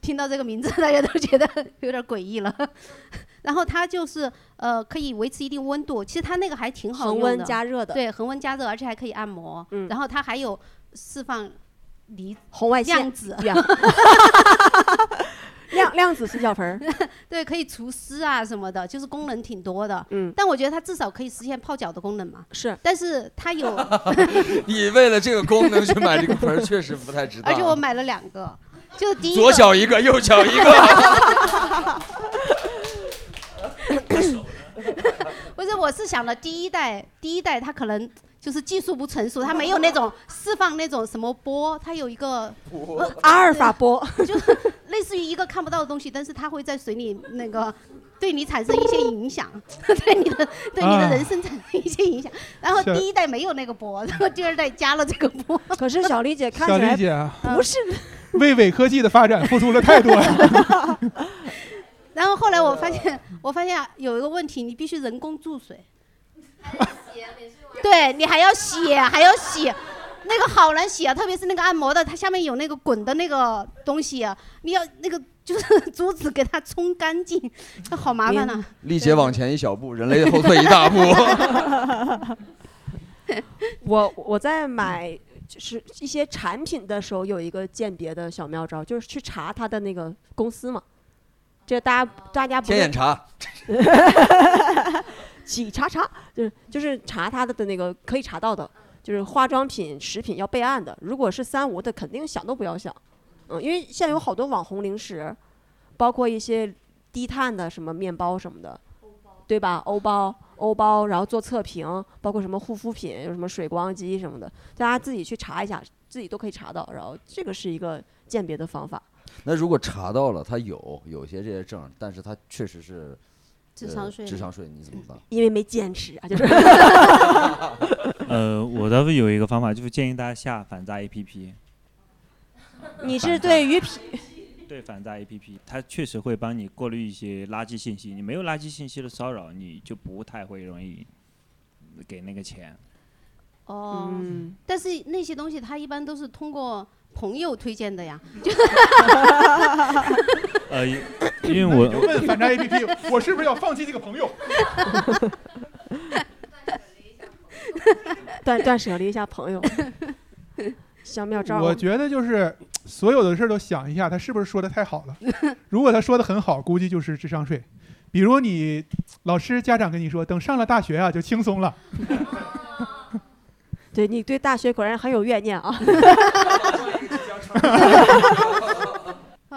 S6: 听到这个名字，大家都觉得有点诡异了。 然后它就是呃，可以维持一定温度。其实它那个还挺好
S3: 恒
S6: 用
S3: 温加热的
S6: 对，恒温加热，而且还可以按摩。
S3: 嗯
S6: 然后它还有释放离
S3: 红外线
S6: 量子，
S3: 量量量子洗脚盆儿，
S6: 对，可以除湿啊什么的，就是功能挺多的。
S3: 嗯，
S6: 但我觉得它至少可以实现泡脚的功能嘛。
S3: 是，
S6: 但是它 有，
S4: 你为了这个功能去买这 个盆儿，确实不太值当。
S6: 而且我买了两个，就第一
S4: 左
S6: 个
S4: 脚一个，右 脚一个。
S6: 不是，我是想了第一代，第一代它可能就是技术不成熟，它没有那种释放那种什么波，它有一个呃
S3: 阿尔法 波，
S6: 类似于一个看不到的东西，但是它会在水里那个 对你产生一些影响，对你的对你的
S3: 啊
S6: 人生产生一些影响。然后
S3: 是
S6: 第一代没有那个波，然后第二代加了这个波。
S3: 可是小丽姐看
S9: 小
S3: 起
S9: 丽
S3: 来
S9: 姐啊，
S3: 不是，
S9: 为伪科技的发展付出了太多了。
S6: 然后后来我 发现，我发现有一个问题，你必须人工注水。对你还要洗，啊还要洗，那个好难洗啊！特别是那个按摩的，它下面有那个滚的那个东西、啊你要那个就是珠子给它冲干净，这好麻烦呐、啊
S4: 丽姐往前一小步， 人 类后退一大步。
S3: 我我在买就是一些产品的时候有一个鉴别的小妙招，就是去查它的那个公司嘛。这大家大家不
S4: 天
S3: 是
S4: 眼 查，
S3: 企查查，就是就是查它的的那个可以查到的，就是化妆品、食品要备案的。如果是三无的，肯定想都不要想，嗯，因为现在有好多网红零食，包括一些低碳的什么面包什么的，对吧？欧包、欧包，然后做测评，包括什么护肤品，有什么水光肌什么的，大家自己去查一下，自己都可以查到。然后这个是一个鉴别的方法。
S4: 那如果查到了他有有些这些证，但是他确实是
S3: 智商税
S4: 呃智商税你怎么办？
S3: 因为没坚持啊，就是
S8: 呃，我倒是有一个方法，就是建议大家下反诈 APP。
S3: 你是对于皮
S8: 对反诈 APP，它确实会帮你过滤一些垃圾信息。你没有垃圾信息的骚扰，你就不太会容易给那个钱。
S6: 哦，
S3: 嗯
S6: 但是那些东西他一般都是通过朋友推荐 的呀，就
S8: 呃，因因为我
S9: 那你就问反诈 APP，我是不是要放弃这个朋友？
S3: 断断舍离一下 朋友，小妙招啊。
S9: 我觉得就是所有的事儿都想一下，他是不是说的太好了？如果他说的很好，估计就是智商税。比如你老师、家长跟你说，等上了大学啊就轻松了，
S3: 对你对大学果然很有怨念啊。
S6: 朋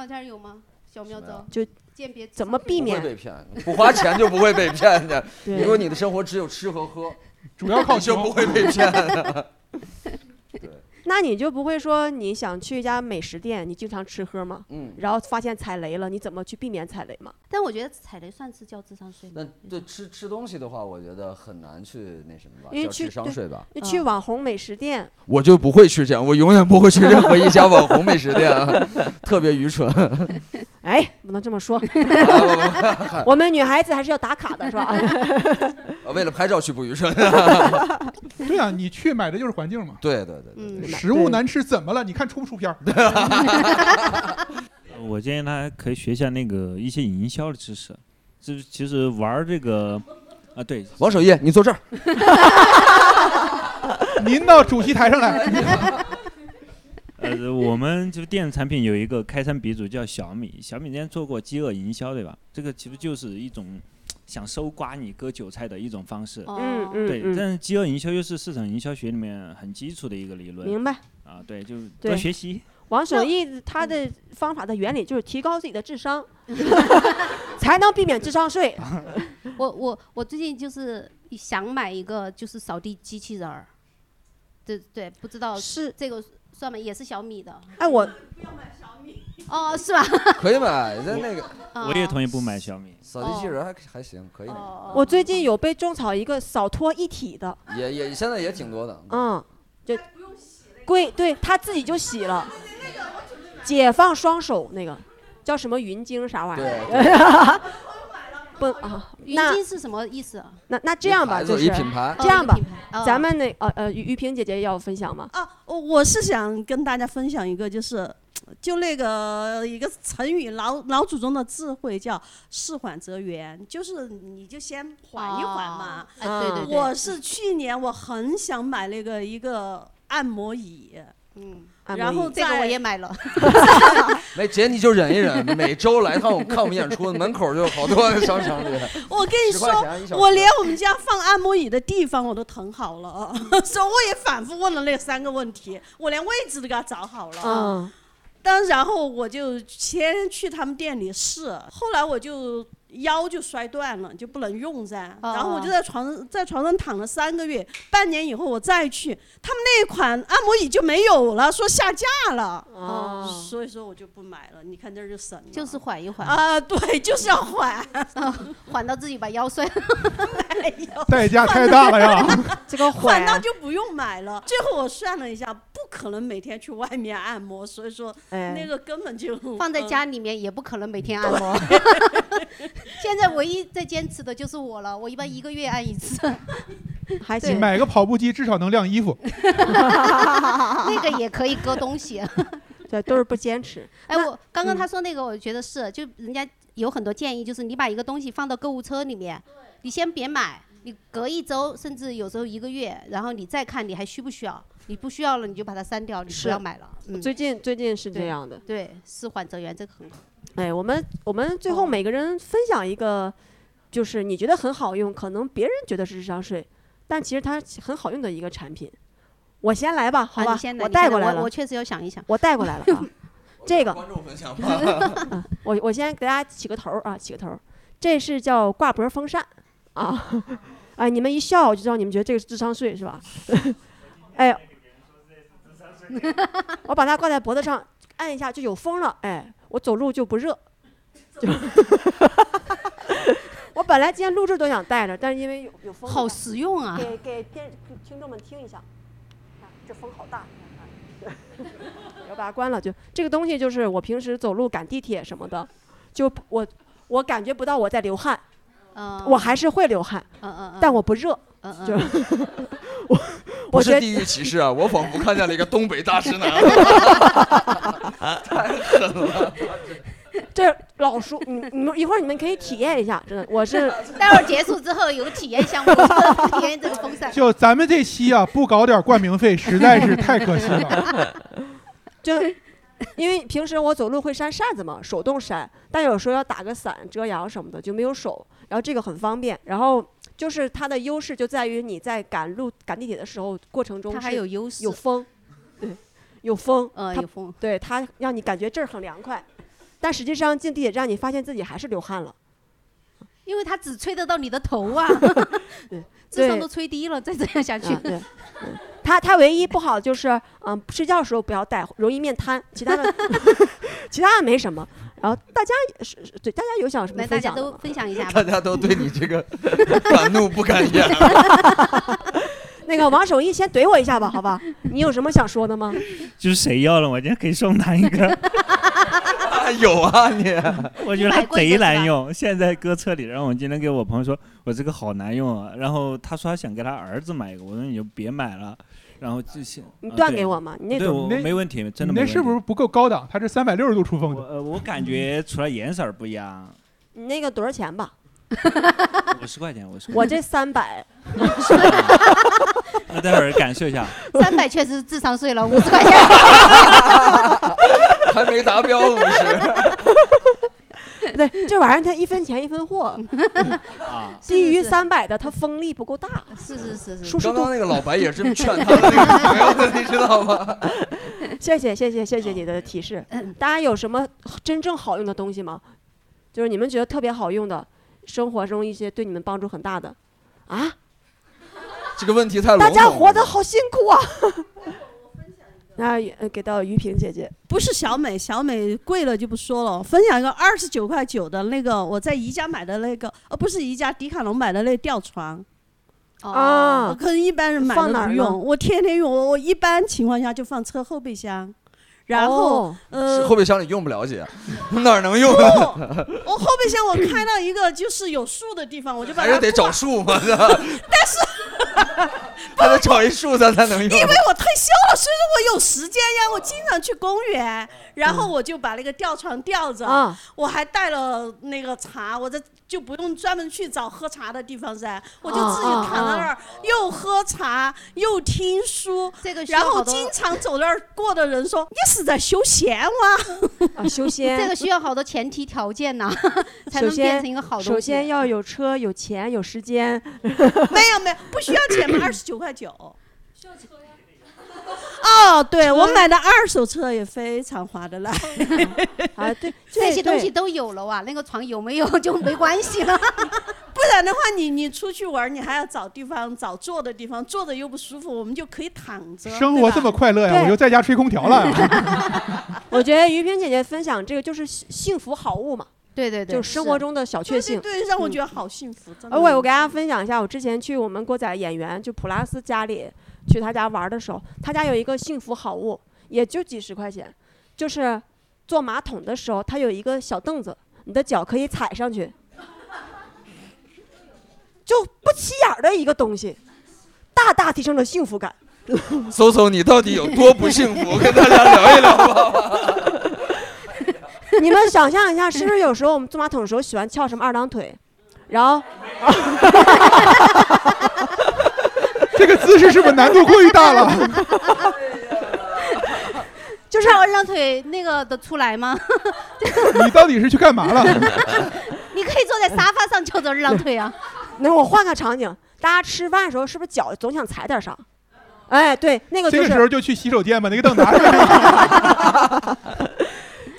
S6: 友圈哦有吗？小妙招
S3: 就
S6: 鉴别
S3: 怎么避
S4: 不会
S3: 免
S4: 被骗，不花钱就不会被骗的。
S3: 对
S4: 如果你的生活只有吃和喝，
S9: 主要靠
S4: 你就不会被 骗的。
S3: 那你就不会说你想去一家美食店，你经常吃喝吗？
S4: 嗯
S3: 然后发现踩雷了，你怎么去避免踩雷嘛？
S6: 但我觉得踩雷算是交智商税吗？
S4: 那对吃吃东西的话，我觉得很难去那什么吧，
S3: 因为
S4: 叫
S3: 去
S4: 智商
S3: 对
S4: 税吧。
S6: 嗯
S3: 你去网红美食店，
S4: 我就不会去这样，我永远不会去任何一家网红美食店，啊特别愚蠢。啊
S3: 哎，不能这么说。
S4: 哦
S3: 我们女孩子还是要打卡的，是吧？
S4: 为了拍照去不愚蠢。
S9: 对啊，你去买的就是环境嘛。
S4: 对对对
S3: 嗯
S4: 对嗯对，
S9: 食物难吃怎么了？你看出不出片儿？
S8: 我建议他可以学一下那个一些营销的知识，就是其实玩儿这个啊，对，
S4: 王守义，你坐这 儿。
S9: 您到主席台上来。
S8: 呃，我们就电子产品有一个开山鼻祖叫小米，小米之前做过饥饿营销，对吧？这个其实就是一种想收刮你割韭菜的一种方式。
S3: 嗯嗯
S8: 对
S3: 嗯，
S8: 但是饥饿营销又是市场营销学里面很基础的一个理论。
S3: 明白。
S8: 啊，对，就
S3: 对
S8: 多学习。
S3: 王守
S6: 嗯
S3: 义他的方法的原理就是提高自己的智 商，才能避免智商税。
S6: 我我我最近就是想买一个就是扫地机器人儿，对对，不知道
S3: 是
S6: 这个算吗？也是小米的
S3: 哎， 我
S6: 哦，是吧？
S4: 可以买，在那个
S3: 哦
S8: 我也同意不买小米。
S4: 扫地机器人还还行，可以的，
S3: 我最近有被种草一个扫拖一体的，
S4: 也也现在也挺多的。
S3: 嗯，就贵，对他自己就洗了，解放双手那个叫什么云鲸啥玩意
S4: 对
S3: 儿？不啊，
S6: 云
S3: 那
S6: 鲸是什么意思啊？
S3: 那那这样吧，
S4: 一
S3: 就
S4: 牌子
S3: 是
S4: 一品牌
S6: 哦
S3: 这样吧
S6: 一品牌哦，
S3: 咱们那呃呃，于于萍姐姐要分享吗？
S5: 哦我我是想跟大家分享一个，就是就那个一个成语，老老祖宗的智慧叫“事缓则圆”，就是你就先缓一缓嘛。
S6: 哦哎对对对
S5: 我是去年我很想买那个一个按摩椅，
S6: 嗯，
S5: 然后
S6: 这个
S5: 再
S6: 我也买了，
S4: 没姐你就忍一忍，每周来趟我看我们演出，门口就有好多商场里。
S5: 我跟你
S4: 10
S5: 说
S4: 块钱一，小时
S5: 我连我们家放按摩椅的地方我都腾好了 啊，所以我也反复问了那三个问题，我连位置都给他找好了。
S3: 嗯，
S5: 但然后我就先去他们店里试，后来我就腰就摔断了，就不能用噻。
S6: 哦
S5: 然后我就在床上在床上躺了三个月，半年以后我再去，他们那款按摩椅就没有了，说下架了。
S3: 嗯
S6: 哦
S5: 所以说我就不买了。你看这就省了。
S6: 就是缓一缓，
S5: 啊，对， 就是要缓，
S6: 哦
S5: 哎
S6: 缓到自己把腰摔。
S9: 代价太大了呀！
S3: 这 个
S5: 缓
S3: 缓
S5: 到就不用买了。最后我算了一下，不可能每天去外面按摩，所以说
S3: 哎
S5: 那个根本就
S6: 放在家
S5: 嗯
S6: 里面也不可能每天按摩。 现在唯一在坚持的就是我了，我一般一个月按一次，
S3: 还
S9: 你
S3: 行，
S9: 买个跑步机至少能晾衣服。
S6: 那个也可以割东西。
S3: 对，都是不坚持。
S6: 哎， 我刚刚
S3: 嗯
S6: 他说那个，我觉得是，就人家有很多建议，就是你把一个东西放到购物车里面，你先别买，你隔一周，甚至有时候一个月，然后你再看你还需不需要？你不需要了，你就把它删掉，你不
S3: 是
S6: 要买了。嗯，
S3: 最近最近是这
S6: 对
S3: 样的。
S6: 对，是缓则原则很好。
S3: 哎，我们我们最
S6: 嗯
S3: 后每个人分享一个，就是你觉得很好用，可能别人觉得是智商税，但其实它很好用的一个产品。我先来吧，好
S6: 啊
S3: 吧，
S6: 你先来
S3: 我
S6: 你
S3: 带
S6: 先
S3: 过
S6: 来
S3: 来
S6: 我
S3: 了，
S6: 我确实有想一想
S3: 我带过来了 啊。这个
S4: 观众分 享
S3: 嗯我我先给大家起个头儿啊，起个头儿，这是叫挂脖风扇啊，哎，你们一笑我就知道你们觉得这个是智商税是吧？ 哎，我把它挂在脖子上，按一下就有风了，哎，我走路就不热。 我本来今天录制都想带着，但是因为有有风，
S6: 好实用啊
S3: 给给电给听众们听一下，啊这风好大，你看啊我把它关了。就这个东西，就是我平时走路赶地铁什么的，就我我感觉不到我在流汗，
S6: 嗯，
S3: 我还是会流汗，
S6: 嗯嗯嗯
S3: 但我不热，
S6: 嗯嗯
S3: 就我
S4: 不
S3: 我觉
S4: 是
S3: 得
S4: 地域歧视啊，我仿佛看见了一个东北大直 男，太狠了。
S3: 这老叔，你你们一会儿你们可以体验一下，真的，我是
S6: 待会儿结束之后有个体验项目， 体验这个 风扇。
S9: 就咱们这期啊，不搞点冠名费，实在是太可惜了。
S3: 就因为平时我走路会扇扇子嘛，手动扇，但有时候要打个伞遮阳什么的就没有手，然后这个很方便。然后就是它的优势就在于你在赶路、赶地铁的时候过程中
S6: 它还
S3: 是
S6: 有优势
S3: 有风，对，有风，
S6: 呃
S3: 它
S6: 有风，
S3: 对它让你感觉这儿很凉快，但实际上进地铁站你发现自己还是流汗了。
S6: 因为它只吹得到你的 头啊，智商
S3: 对
S6: 都吹低了， 再这样下去
S3: 啊，对它它唯一不好就是，嗯，睡觉的时候不要戴，容易面瘫。其他的， 其他的没什么。然后大家也是是对大家有想什么
S6: 来大
S3: 分
S6: 家
S3: 享的
S6: 都
S3: 吗？
S6: 分享一下吧。
S4: 大家都对你这个敢怒不敢言了。
S3: 那个王守义先怼我一下吧，好吧？你有什么想说的吗？
S8: 就是谁要了，我今天可以送他一个。
S4: 有啊你，
S8: 我觉得它贼难用。现在搁车里，然后我今天给我朋友说，我这个好难用啊。然后他说他想给他儿子买一个，我说你就别买了。然后就现
S3: 你
S8: 啊
S3: 断
S8: 对
S3: 给我嘛你那
S8: 对
S3: 种
S8: 我
S9: 你那
S8: 没问题，真的
S9: 你
S8: 没
S9: 那
S8: 问题。
S9: 是不是不够高档？它是三百六十度出风的。
S8: 呃，我感觉除了颜色儿不一样，
S3: 你那个多少钱吧？
S8: 五十块钱，我说
S3: 我这三百，
S8: 那待会儿感受一下。
S6: 三百确实是智商税
S3: 嗯
S6: 了，五 十块钱。
S4: 还没达标 五十，
S3: 对，这玩意儿它一分钱一分货
S6: 嗯
S4: 啊。
S3: 低于三百的它风力不够大。
S6: 是是是是
S3: 舒适
S4: 刚
S3: 度。
S4: 刚那个老白也是劝 他的那个朋友的，你知道吗？
S3: 谢谢谢谢谢谢你的提示。
S6: 嗯
S3: 大家有什么真正好用的东西吗？就是你们觉得特别好用的，生活中一些对你们帮助很大的。啊，
S4: 这个问题太笼
S3: 大
S4: 统了。
S3: 家活得好辛苦啊！ 那也呃给到于萍姐姐，
S5: 不是小美，小美贵了就不说了。分享一个二十九块九的那个，我在宜家买的那个，呃，不是宜家，迪卡侬买的那个吊床。
S3: 啊
S5: 我可能一般人买
S3: 放哪
S5: 都
S3: 儿
S5: 不
S3: 呢
S5: 用，我天天用。我我一般情况下就放车后备箱，然后、
S4: 哦
S5: 呃，
S4: 后备箱里用不了姐，哪能用啊？
S5: 我后备箱我开到一个就是有树的地方，我就把
S4: 还
S5: 它
S4: 是得
S5: 挂
S4: 找树嘛， 是吧？还得找一树咱才能用。
S5: 因为我退休了，所以说我有时间呀，我经常去公园，然
S6: 嗯
S5: 后我就把那个吊床吊着，
S3: 啊
S5: 我还带了那个茶，我这就不用专门去找喝茶的地方噻，我就自己
S6: 嗯
S5: 躺在那儿、
S3: 啊
S5: 又喝茶又听书，
S6: 这个需要
S5: 然后
S6: 好多
S5: 经常走那儿过的人说你是在修仙吗？
S3: 啊，修 仙
S6: 这个需要好多前提条 件呐、才
S3: 首
S6: 能变
S3: 先
S6: 成一个好东西。
S3: 首先要有车、有钱、有时间。
S5: 没有没有，不需要钱嘛，二十九块九。哦，对，我买的二手车也非常划得 来。
S3: 啊，对，
S6: 这些东西都有了哇，那个床有没有 就没关系 了。
S5: 不然的话你，你出去玩儿，你还要找地方找坐的地方，坐着又不舒服，我们就可以躺着。
S9: 生活这么快乐呀，我就在家吹空调了呀。
S3: 我觉得于萍姐姐分享这个就是幸幸福好物嘛，
S6: 对对
S5: 对
S3: 就是生活中的小确幸，
S5: 对对对，让我
S3: 嗯呃
S5: 觉得嗯好幸福，真的。
S3: 而我我给大家分享一下，我之前去我们郭仔演员就普拉斯家里去他家玩的时候，他家有一个幸福好物，也就几十块钱，就是坐马桶的时候，他有一个小凳子，你的脚可以踩上去，就不起眼儿的一个东西，大大提升了幸福感。
S4: 搜搜你到底有多不幸福，跟大家聊一聊吧。
S3: 你们想象一下，是不是有时候我们坐马桶的时候喜欢翘什么二郎腿，然 后
S9: 这个姿势是不是难度过于大了？
S6: 就是让腿那个的出来吗？
S9: 你到底是去干嘛了？
S6: 你可以坐在沙发上翘着二郎腿啊。
S3: 那我换个场景，大家吃饭的时候是不是脚总想踩点啥？哎，对， 那个
S9: 这
S3: 就
S9: 个时候
S3: 是，
S9: 就去洗手间把那个凳 拿出来。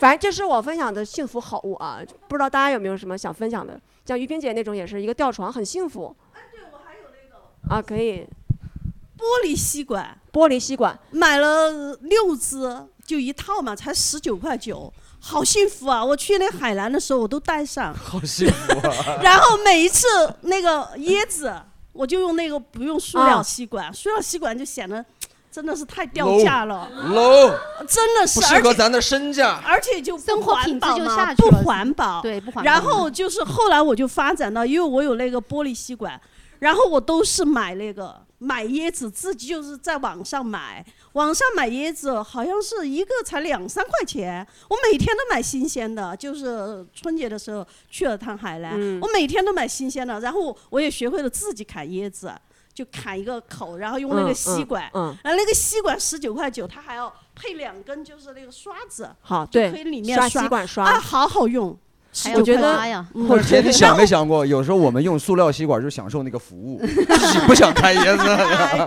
S3: 反正这是我分享的幸福好物啊，不知道大家有没有什么想分享的？像于萍姐那种也是一个吊床，很幸福。啊，可以，
S5: 玻璃吸管，
S3: 玻璃吸管，
S5: 买了六只，就一套嘛，才十九块九，好幸福啊！我去那海南的时候，我都 带上，
S4: 好幸福啊！
S5: 然后每一次那个椰子，我就用那个不用塑料
S4: 啊
S5: 吸管，塑料吸管就显得真的是太掉
S4: low
S5: 价了，
S4: low，
S5: 真的
S4: 不
S5: 是，
S4: 适
S5: 而
S4: 合
S5: 且
S4: 咱的身价。
S5: 而且就
S6: 生
S5: 不
S6: 活
S5: 环
S6: 品质
S5: 保
S6: 就
S5: 嘛
S6: 下去
S5: 不
S6: 了
S5: 环保，
S6: 对不环
S5: 然
S6: 保
S5: 后就是后来我就发展到，因为我有那个玻璃吸管，然后我都是买那个买椰子，自己就是在网上买，网上买椰子好像是一个才两三块钱，我每天都买新鲜的，就是春节的时候去了趟海南，
S13: 嗯
S5: 我每天都买新鲜的，然后我也学会了自己砍椰子。就砍一个口，然后用那
S3: 嗯
S5: 个
S3: 嗯
S5: 吸管，
S3: 嗯
S5: 然后那个吸管十九块九，它还要配两根就是那个刷子，
S3: 好，
S5: 就
S3: 对
S5: 可以里，面
S3: 刷吸管刷
S5: 啊，好好用。
S3: 还有我觉得嗯
S5: 哎
S3: 呀
S4: 或者姐，你想没想过，有时候我们用塑料吸管就享受那个服务，喜不想开椰子？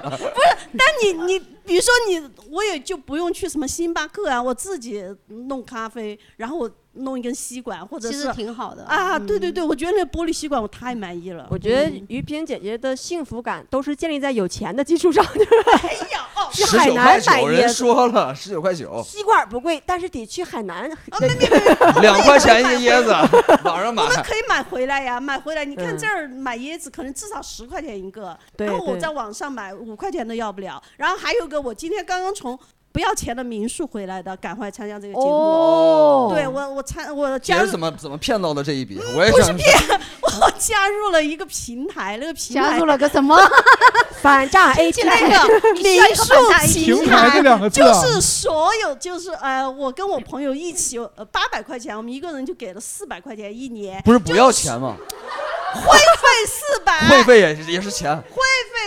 S5: 不是，但你你比如说你，我也就不用去什么星巴克啊，我自己弄咖啡，然后我弄一根吸管，或者
S6: 其
S5: 是
S6: 实挺好的
S5: 啊。对对对，我觉得那玻璃吸管我太满意了。
S3: 我觉得
S5: 嗯
S3: 于萍姐姐的幸福感都是建立在有钱的基础上 的。哎
S5: 呀，
S3: 去
S4: 十
S3: 海
S4: 九
S3: 南
S4: 块
S3: 买
S4: 九，
S3: 椰
S4: 人
S3: 子，
S4: 说了十九块九，
S3: 吸管不贵，但是得去海南。
S5: 啊
S4: 两块钱一个椰子，网上买
S5: 我。们可以买回来呀，买回来。你看
S4: 嗯
S5: 这儿买椰子可能至少十块钱一个，
S3: 对
S5: 然后我
S3: 对
S5: 在网上买五块钱都要不了。然后还有个，我今天刚刚从不要钱的民宿回来的，赶快参加这个节目。
S4: 哦
S5: 对我我参我
S4: 姐
S5: 加
S4: 是
S5: 入
S4: 怎么怎么骗到的这一笔？我也想骗，
S5: 我 加入了一个平台，那个平台
S6: 加入了个什 么？
S3: 反诈 A
S5: 那个民宿
S9: 平台这两个字
S5: 就
S9: 啊
S5: 是所有就是呃，我跟我朋友一起呃八百块钱，我们一个人就给了四百块钱一年，
S4: 不是不要钱吗？
S5: 会费四百，
S4: 会费也是也是钱，
S5: 会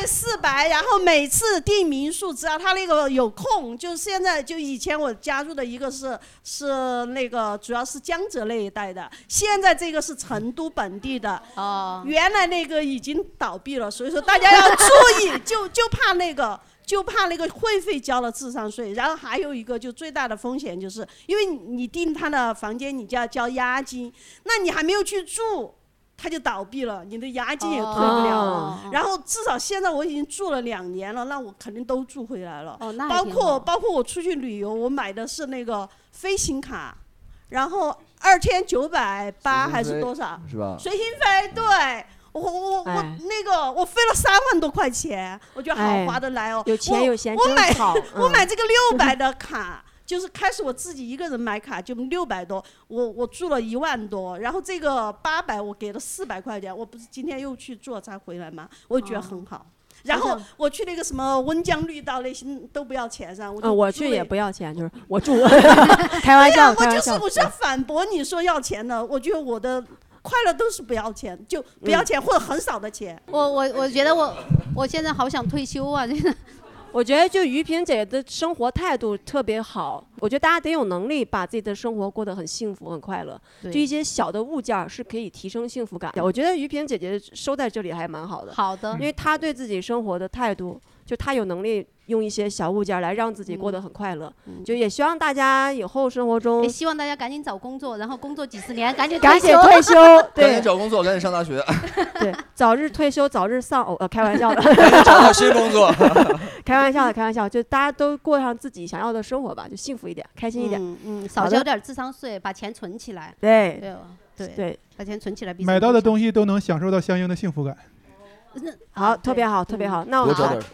S5: 费四百，然后每次订民宿，只要他那个有空，就是现在就以前我加入的一个是是那个主要是江浙那一带的，现在这个是成都本地的。
S6: 哦，
S5: 原来那个已经倒闭了，所以说大家要注意，就 就怕那个。就怕那个会费交了智商税，然后还有一个就最大的风险就是，因为你订他的房间，你就要交押金，那你还没有去住，他就倒闭了，你的押金也退不了了。
S6: 哦
S3: 嗯
S5: 然后至少现在我已经住了两年了，那我肯定都住回来了。
S6: 哦那还
S5: 包
S6: 挺
S5: 括包括我出去旅游，我买的是那个飞行卡，然后二千九百八还是多少？
S4: 是吧？
S5: 随心飞，对。我我我我
S4: 哎
S5: 那个我飞了三万多块钱，我觉得好划得来哦。
S3: 哎有钱
S5: 我
S3: 有闲
S5: 我
S3: 真
S5: 买
S3: 好
S5: 我
S3: 嗯
S5: 买这个六百的卡，就是开始我自己一个人买卡就六百多，我我住了一万多，然后这个八百我给了四百块钱，我不是今天又去做才回来吗？我觉得很好。
S3: 哦
S5: 然
S3: 好
S5: 后
S3: 像
S5: 我去那个什么温江绿道那些都不要钱噻，我就
S3: 嗯，我
S5: 住
S3: 去
S5: 了
S3: 也不要钱，就是我住， 开玩笑，
S5: 对
S3: 开
S5: 哎呀我
S3: 玩
S5: 就是
S3: 笑。嗯
S5: 我是要反驳你说要钱的，我觉得我的快乐都是不要钱，就不
S3: 嗯
S5: 要钱、或者很少的钱。
S6: 我我我觉得我我现在好想退休啊！真的，
S3: 我觉得就于萍姐的生活态度特别好，我觉得大家得有能力把自己的生活过得很幸福、很快乐。就
S6: 对
S3: 一些小的物件儿是可以提升幸福感的。我觉得于萍姐姐收在这里还蛮好的，
S6: 好的
S3: 因为她对自己生活的态度，就她有能力用一些小物件儿来让自己
S6: 嗯
S3: 过得很快乐。就也希望大家以后生活中
S6: 也哎希望大家赶紧找工作，然后工作几十年，赶紧
S3: 嗯赶紧
S6: 休，
S3: 退休
S4: 赶
S3: 对
S4: 紧找工作，赶紧上大学，
S3: 对，早日退休，早日丧偶，呃，开玩笑的。
S4: 找到新工作。
S3: 开玩笑的，开玩笑，就大家都过上自己想要的生活吧，就幸福一点，开心一点。
S6: 嗯嗯，少
S3: 好的
S6: 交点智商税，把钱存起来。
S3: 对
S6: 对哦对
S3: 对，
S6: 把钱存起来比
S9: 买到的东
S6: 西
S9: 西都能享受到相应的幸福感。
S3: 好，特别好，特别好。
S6: 嗯
S3: 那我
S9: 多
S3: 们
S9: 找
S3: 好
S9: 点儿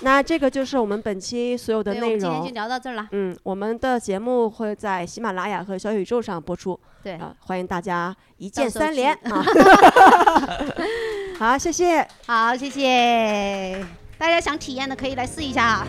S3: 那这个就是我们本期所有的
S6: 对，我
S3: 内
S6: 们今天
S3: 容
S6: 就。聊到这儿了。
S3: 嗯，我们的节目会在喜马拉雅和小宇宙上播出。
S6: 对
S3: 啊，欢迎大家一
S6: 到
S3: 键
S6: 时候
S3: 三连
S6: 去
S3: 啊！好，谢谢。
S6: 好，谢谢大家，想体验的可以来试一下啊。